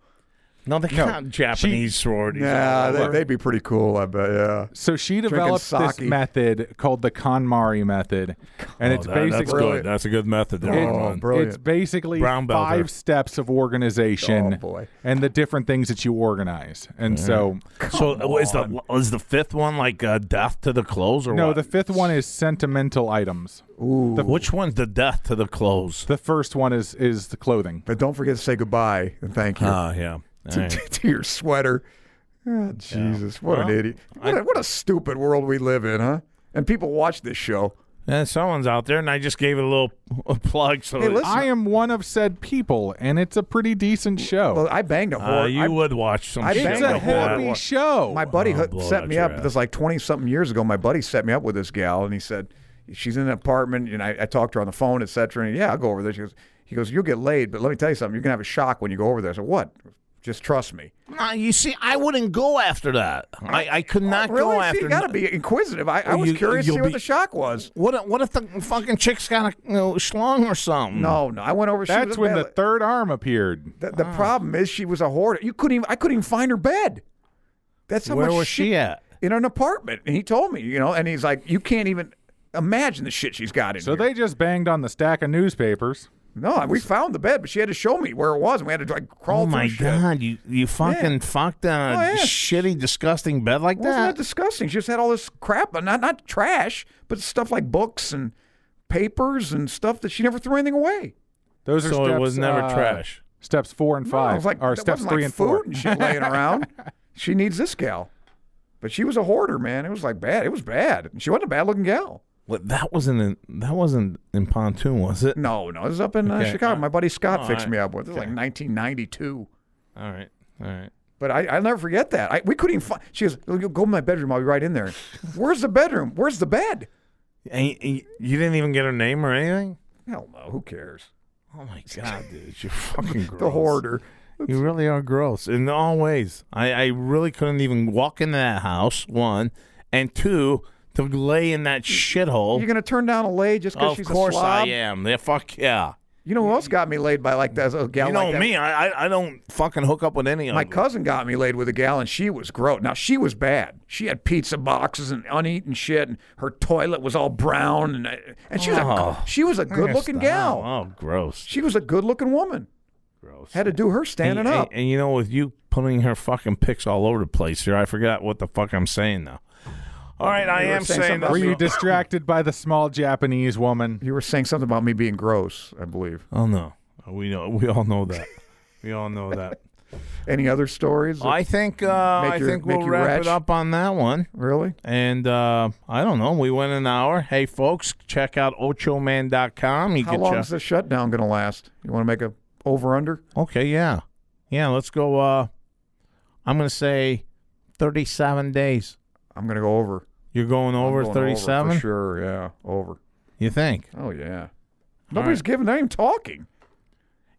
No, they No. can't Japanese sororities. Yeah, they, they'd be pretty cool. I bet. Yeah. So she developed this sake. method called the KonMari method, and it's Oh, that- basically that's good. That's a good method. There, Oh, Armand. bro. Brilliant. It's basically Brown belt five there. steps of organization Oh, boy. and the different things that you organize. And so, so uh, is the is the fifth one like uh, death to the clothes or no, what? the fifth one is sentimental items. Which one's the death to the clothes? The first one is is the clothing. But don't forget to say goodbye and thank you Ah, yeah. All to, right. to your sweater. Ah, Jesus, what an Well, idiot! What, a, what a stupid world we live in, huh? And people watch this show. Yeah, someone's out there, and I just gave it a little a plug. So Hey, that- listen, I am one of said people, and it's a pretty decent Well, show. I banged a Uh, whore. you I- would watch some I shit It's banged a like that. happy show. my buddy Oh, hook- blow set out me your up ass. this like 20 something years ago my buddy set me up with this gal and he said she's in an apartment and i, I talked to her on the phone etc and yeah i'll go over there she goes he goes you'll get laid but let me tell you something you're going to have a shock when you go over there i said what just trust me Nah, you see, I wouldn't go after that. I, I could not really go See, after. you got to be inquisitive i, I was You- curious to see you'll what be- the shock was What if, what if the fucking chick's got a you know, schlong or something? no no i went over she was That's a when the bad- third arm appeared. the, Ah. the problem is she was a hoarder you couldn't even i couldn't even find her bed that's how Where much was she at? in an apartment and he told me you know and he's like you can't even imagine the shit she's got in So here. they just banged on the stack of newspapers. No, we found the bed, but she had to show me where it was, and we had to like crawl Oh my through shit. god! You you fucking fucked on a Oh, yeah. shitty, disgusting bed like Wasn't that that? disgusting? She just had all this crap, but not not trash, but stuff like books and papers and stuff that she never threw anything away. Those are So it steps, was never uh, trash. Steps four and No, it five, was like or that steps wasn't, three like and food four. and shit laying around. She needs this gal, but she was a hoarder, man. It was like bad. It was bad. She wasn't a bad looking gal. What, that wasn't in that wasn't in pontoon, was it? No, no, this is up in uh, Okay, Chicago. uh, My buddy Scott all fixed right, me up with. This is like 1992. All right, all right. But I, I'll never forget that. I, we couldn't even find. She goes, "Go to my bedroom. I'll be right in there." Where's the bedroom? Where's the bed? And, and you didn't even get her name or anything. Hell no, who cares? Oh my god, dude! You're fucking gross. The hoarder. You really are gross in all ways. I, I really couldn't even walk into that house, one, and two, to lay in that shithole. You're gonna turn down a lay just because Of she's course a slob? I am. Yeah, fuck yeah. You know who else got me laid by like that? A gal you know like that? me, I, I I don't fucking hook up with any My of them. cousin got me laid with a gal, and she was gross. Now she was bad. She had pizza boxes and uneaten shit, and her toilet was all brown, and I- and she was Oh. a she was a good looking Oh, gal. oh, gross. She was a good looking woman. Gross. Had to do her standing and, up. And, and you know, with you putting her fucking pics all over the place here, I forgot what the fuck I'm saying now. All right, I You were am saying saying something that. about Were you Also- distracted by the small Japanese woman? you were saying something about me being gross, I believe. oh no, we know. We all know that. we all know that. Any other stories? I think uh, I Make your- think make we'll you wrap it retch? up on that one. really? And uh, I don't know. We went an hour. Hey, folks, check out ochoman.com. You How get long your- is this shutdown going to last? You want to make a over under? Okay, yeah. Yeah, let's go. Uh, I'm going to say 37 days. I'm going to go over. You're going I'm over going 37? for sure. Yeah, over. You think? Oh yeah. Nobody's giving. They're even talking.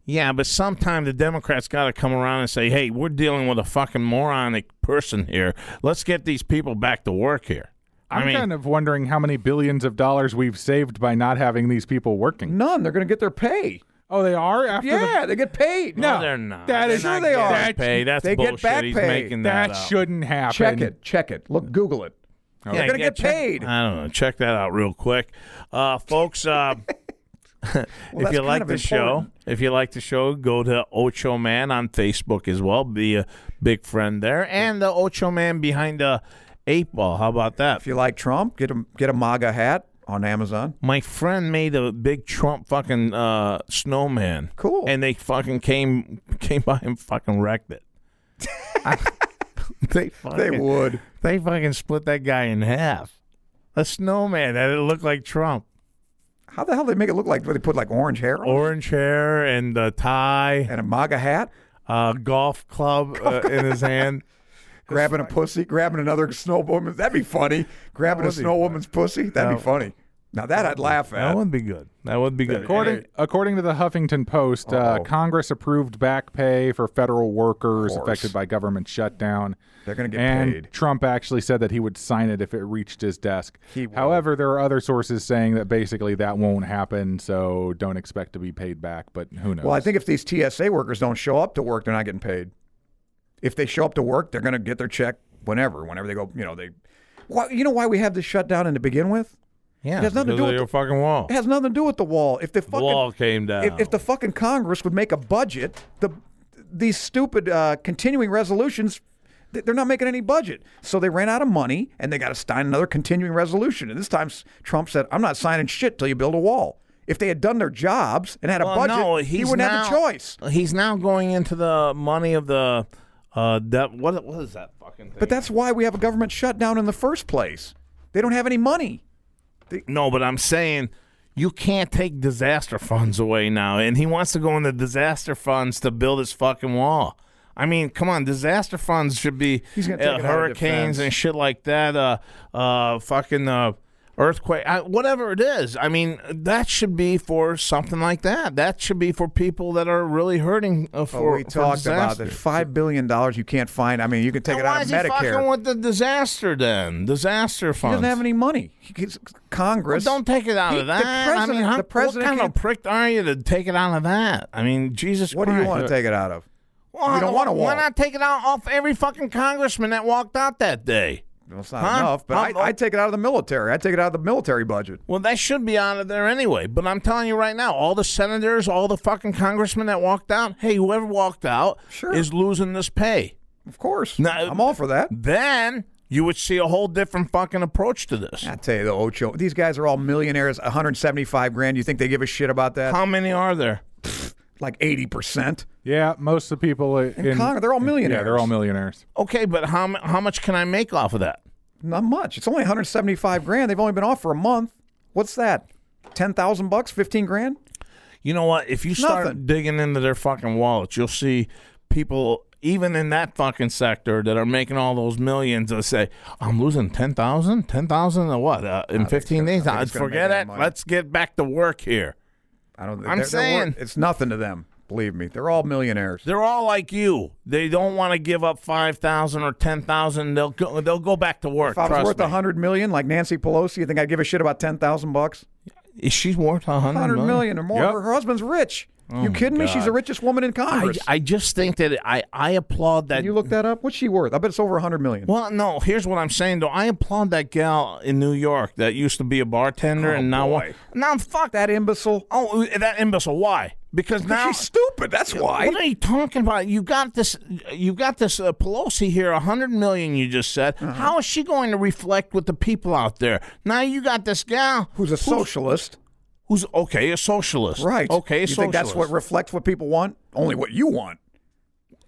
Yeah, but sometime the Democrats got to come around and say, hey, we're dealing with a fucking moronic person here. Let's get these people back to work here. I I'm mean, kind of wondering how many billions of dollars we've saved by not having these people working. None. They're going to get their pay. Oh, they are after Yeah, they get paid. no, No, they're not. that They're is- not Sure they are. getting Paid. That's They get bullshit. back He's pay. making the, that, that out. shouldn't happen. Check it. Check it. Look, Google it. Yeah, They're gonna yeah, get check- paid. I don't know. Check that out real quick, uh, folks. Uh, that's if you kind like of the show, important. if you like the show, go to Ocho Man on Facebook as well. Be a big friend there, and the Ocho Man behind the eight ball. How about that? If you like Trump, get a get a MAGA hat on Amazon. My friend made a big Trump fucking uh, snowman. Cool. And they fucking came came by and fucking wrecked it. they fucking, They would. They fucking split that guy in half. A snowman that it looked like Trump. How the hell they make it look like they put like orange hair on it Orange hair and a tie, and a MAGA hat, a golf club uh, in his hand. grabbing a pussy, grabbing another snow woman. That'd be funny. Grabbing a snow woman's pussy. That'd be funny. Now that I'd laugh That at. would be good. That would be good. According, according to the Huffington Post, uh, Uh-oh. Congress approved back pay for federal workers course. affected by government shutdown. They're gonna get and paid. Trump actually said that he would sign it if it reached his desk. He will. However, there are other sources saying that basically that won't happen, so don't expect to be paid back. But who knows? Well, I think if these TSA workers don't show up to work, they're not getting paid. If they show up to work, they're going to get their check whenever, whenever they go. You know, they. Why, you know why we have this shutdown in to begin with? yeah, It has nothing to because do of with your fucking wall. It has nothing to do with the wall. If the fucking wall came down. If, if the fucking Congress would make a budget, the these stupid uh, continuing resolutions, th- they're not making any budget. So they ran out of money and they got to sign another continuing resolution. And this time s- Trump said, "I'm not signing shit till you build a wall." If they had done their jobs and had a Well, budget, no, he he's wouldn't have a now- choice. He's now going into the money of the uh debt. What what is that fucking thing? But that's why we have a government shutdown in the first place. They don't have any money. no. But I'm saying you can't take disaster funds away now, and he wants to go into disaster funds to build his fucking wall. I mean, come on, disaster funds should be He's gonna uh, take it out of defense. hurricanes and shit like that. Uh, uh, fucking uh, earthquake, I, whatever it is. I mean, that should be for something like that. That should be for people that are really hurting uh, for. Oh, we for talked about disaster. this five billion dollars you can't find. I mean, you can take Then it out why of is he fucking Medicare. with the disaster then? Disaster he funds. doesn't have any money. He gets Well, Congress. don't take it out He- of the that. I mean, president- how, the president what kind can't- of prick are you to take it out of that? I mean, Jesus What do Christ. you want to take it out of? Well, You don't want a Why wall. not take it out off every fucking congressman that walked out that day? Well, it's not Huh? enough, but How- I, I take it out of the military. I take it out of the military budget. Well, that should be out of there anyway. But I'm telling you right now, all the senators, all the fucking congressmen that walked out, hey, whoever walked out Sure. is losing this pay. Of course. No, I'm all for that. Then you would see a whole different fucking approach to this. I tell you, the Ocho, these guys are all millionaires, 175 grand. You think they give a shit about that? How many are there? Like 80%. yeah, most of the people i- in, Congress, they're all Yeah, they're all millionaires. millionaires. Okay, but how mu- how much can I make off of that? Not much. It's only 175 grand. They've only been off for a month. What's that? 10,000 bucks, 15 grand? You know what? If you start Nothing. digging into their fucking wallets, you'll see people even in that fucking sector that are making all those millions that say, I'm losing 10,000? 10,000 to what? Uh, in 15 days? I think Uh, it's gonna make forget any it. money. Let's get back to work here. I don't I'm they're- they're wor- saying- it's nothing to them. Believe me. They're all millionaires. They're all like you. They don't want to give up 5,000 or 10,000. They'll go, they'll go back to work. If I was Trust worth me. 100 million like Nancy Pelosi, you think I'd give a shit about 10,000 bucks? Is she worth 100 100 million? million or more. Yep. Her, her husband's rich. you kidding me? She's the richest woman in I, Congress. Oh I just think that I, I applaud that. Can you look that up? What's she worth? I bet it's over a hundred million. Well, no. Here's what I'm saying, though. I applaud that gal in New York that used to be a bartender and now Oh, boy. now fuck that. That imbecile. Oh, that imbecile. Why? Because now She's stupid. That's why. Uh, What are you talking about? You got this. You got this uh, Pelosi here. A hundred million. You just said. Uh-huh. How is she going to reflect with the people out there? Now you got this gal Who's a socialist? who's okay, a socialist. Right. Okay, a You socialist. think that's what reflects what people want? Only what you want.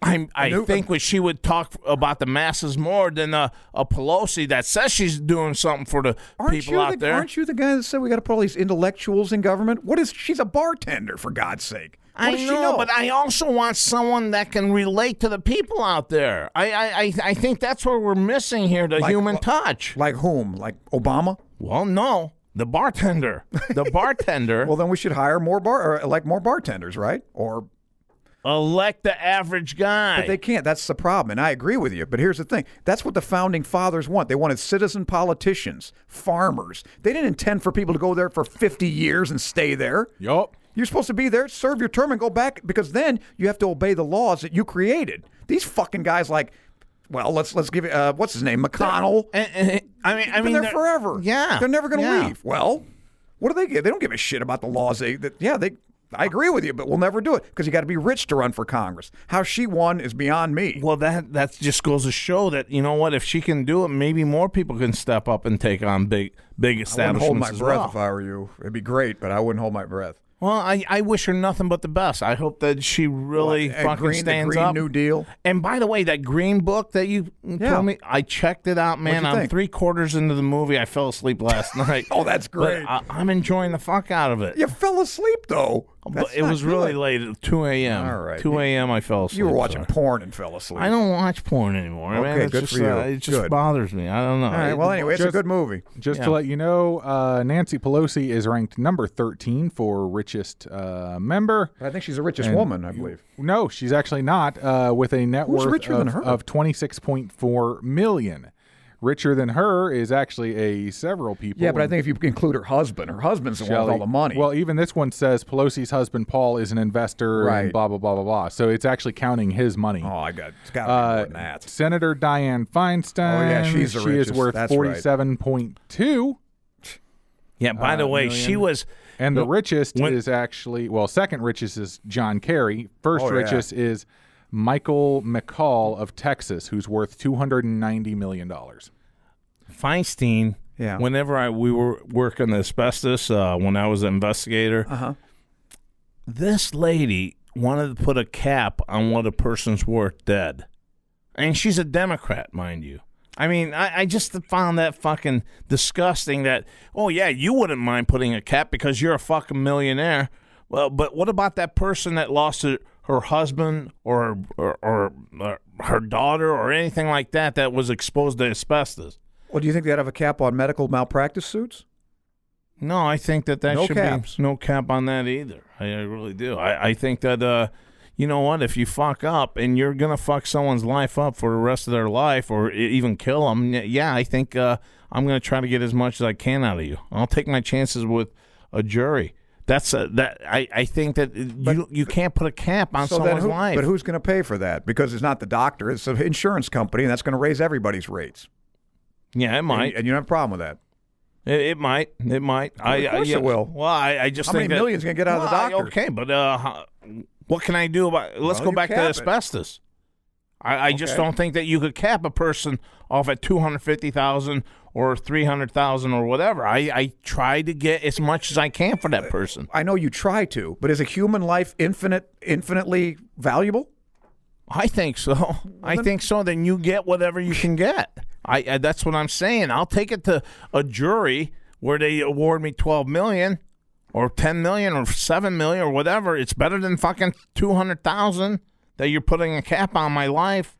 I, I new- think what she would talk about the masses more than a, a Pelosi that says she's doing something for the Aren't people you out the, there. Aren't you the guy that said we got to put all these intellectuals in government? What is? She's a bartender for God's sake. What I does know, she know, but I also want someone that can relate to the people out there. I I, I, I think that's where we're missing here the human touch. like whom? Like Obama? Well, no, the bartender, the bartender, Well, then we should hire more bar, or elect more bartenders, right? Or elect the average guy. But they can't. That's the problem. And I agree with you. But here's the thing that's what the founding fathers want. They wanted citizen politicians, farmers. They didn't intend for people to go there for 50 years and stay there. Yup. You're supposed to be there, serve your term, and go back because then you have to obey the laws that you created. These fucking guys, like, well, let's let's give it, uh, what's his name, McConnell. And- and- I mean, I mean, They've been there they're- forever. Yeah, they're never going to yeah. leave. Well, What do they give? They don't give a shit about the laws. They, that, yeah, they. I agree with you, but we'll never do it because you got to be rich to run for Congress. How she won is beyond me. Well, that that just goes to show that you know what? If she can do it, maybe more people can step up and take on big big I wouldn't establishments hold my as breath well. if I were you. It'd be great, but I wouldn't hold my breath. Well, I, I wish her nothing but the best. I hope that she really Well, and fucking Green- the stands Green up. New Deal. And by the way, that green book that you told me, I checked it out, man. you I'm think? three quarters into the movie. I fell asleep last night. Oh, that's But great. I, I'm enjoying the fuck out of it. You fell asleep though. but That's it not was really good. late, at 2 a.m. All right. 2 a.m. I fell asleep. You were watching so. porn and fell asleep. I don't watch porn anymore, man. Okay, It's good just, for you. uh, it just Good. bothers me. I don't know. All right. Well, anyway, it's a Just- good movie. Just Yeah. to let you know, uh, Nancy Pelosi is ranked number 13 for richest uh, member. I think she's the richest And woman, I believe. No, she's actually not. Uh, with a net Who's worth richer of, than her? of 26.4 million. Richer than her is actually a several people. Yeah, but I think if you include her husband, her husband's the one with Shelley- all the money. Well, even this one says Pelosi's husband Paul is an investor Right. and blah blah blah blah blah. So it's actually counting his money. oh, I got it's got to be more Uh, than that. Senator Dianne Feinstein. Oh, yeah, she's the she richest. is worth That's right. forty-seven point two, yeah, uh, by the way, she was. and the richest when- is actually well, second richest is John Kerry. First Oh, yeah. richest is Michael McCall of Texas, who's worth two hundred and ninety million dollars. Feinstein. Yeah. Whenever I we were working the asbestos, uh, when I was an investigator, uh-huh. this lady wanted to put a cap on what a person's worth dead, and she's a Democrat, mind you. I mean, I, I just found that fucking disgusting. That oh yeah, you wouldn't mind putting a cap because you're a fucking millionaire. Well, but what about that person that lost her, her husband or, or or or her daughter or anything like that that was exposed to asbestos? Well, do you think they'd have a cap on medical malpractice suits? No, I think that that No should caps. be no cap on that either. I, I really do. I, I think that uh, you know what? If you fuck up and you're gonna fuck someone's life up for the rest of their life, or e- even kill them, yeah, I think uh, I'm gonna try to get as much as I can out of you. I'll take my chances with a jury. That's a, that I, I think that you you can't put a cap on So then someone's who- life. But who's going to pay for that? Because it's not the doctor; it's the insurance company, and that's going to raise everybody's rates. yeah, it And, might. and you don't have a problem with that. It, it might. It might. I, course I, yeah. it will. Well, I, I just How think many that- millions gonna get out of the Well, I- doctor? Okay, but uh, how- what can I do about? Let's Well, go you back to cap it. asbestos. I, I just Okay. don't think that you could cap a person off at two hundred fifty thousand or three hundred thousand or whatever. I I try to get as much as I can for that person. I know you try to, but is a human life infinite, infinitely valuable? I think so. I think so. Then you get whatever you can get. I, I that's what I'm saying. I'll take it to a jury where they award me 12 million or 10 million or 7 million or whatever. It's better than fucking 200,000 that you're putting a cap on my life.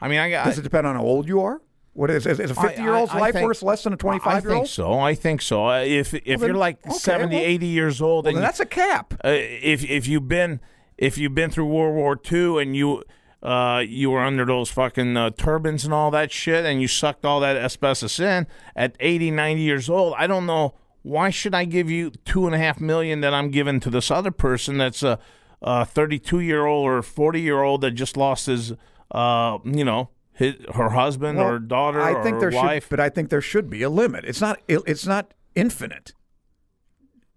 I mean, I got Does it depend on how old you are? What is is, is a I- I- fifty year old's I life think- worth less than a twenty five year I think old? so. I think so. Uh, If if then- you're like okay, 70, well- 80 years old Well, and then you- that's a cap. uh, if if you've been if you've been through World War II and you uh, you were under those fucking uh, turbans and all that shit and you sucked all that asbestos in at 80, 90 years old, I don't know why should I give you two and a half million that I'm giving to this other person that's a uh, 32 year old or 40 year old that just lost his uh, you know his, her husband Well, or daughter I think or there wife. should, but I think there should be a limit. It's not. It, it's not infinite.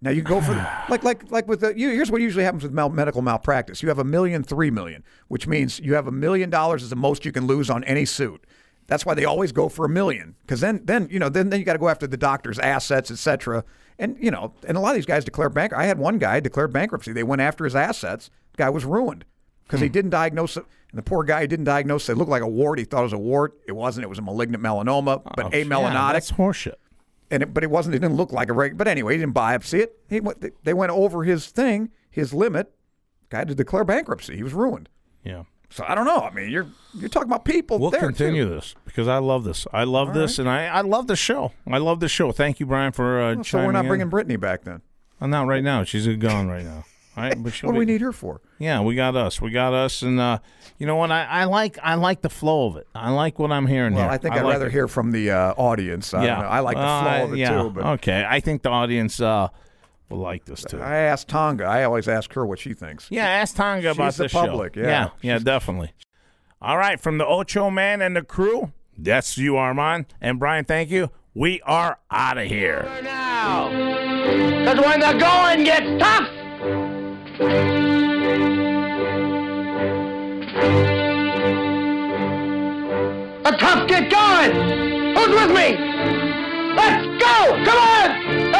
Now you go for like like like with the, you, here's what usually happens with mal- medical malpractice. You have a million, three million, which means you have a million dollars is the most you can lose on any suit. That's why they always go for a million because then then you know then then you got to go after the doctor's assets, etc. And you know, and a lot of these guys declare bank. I had one guy declare bankruptcy. They went after his assets. guy was ruined because Hmm. he didn't diagnose it. And the poor guy didn't diagnose. It It looked like a wart. He thought it was a wart. It wasn't. It was a malignant melanoma, but Oh, Yeah, a melanotic that's horseshit. and it, but it wasn't. It didn't look like a regular. But anyway, he didn't biopsy it. He went, they went over his thing, his limit. Guy had to declare bankruptcy. He was ruined. Yeah. So I don't know. I mean, you're you're talking about people. We'll there, continue too. this because I love this. I love this, and I, I love the show. I love the show. Thank you, Brian, for uh, So we're chiming not in. bringing Brittany back then. Uh, not right now. She's gone right now. All right, but she'll What do we be- need her for? Yeah, we got us. We got us, and uh, you know what? I, I like I like the flow of it. I like what I'm hearing Well, here. I think I would like rather it. hear from the uh, audience. I, don't know. I like Well, the I- flow of it yeah. Oh, too. But okay, I think the audience uh, will like this too. I asked Tonga. I always ask her what she thinks. Yeah, ask Tonga about the this public, Show. yeah. yeah, yeah, She's- definitely. All right, from the Ocho Man and the crew. That's you, Armand and Brian. Thank you. We are out of here. now. Because when the going gets tough, the tough get going. Who's with me? Let's go! Come on! Ah!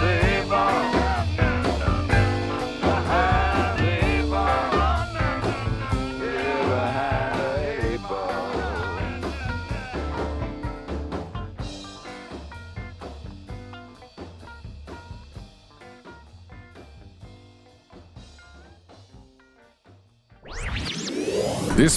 the eight ball. Behind the eight ball. Yeah, behind the eight ball. This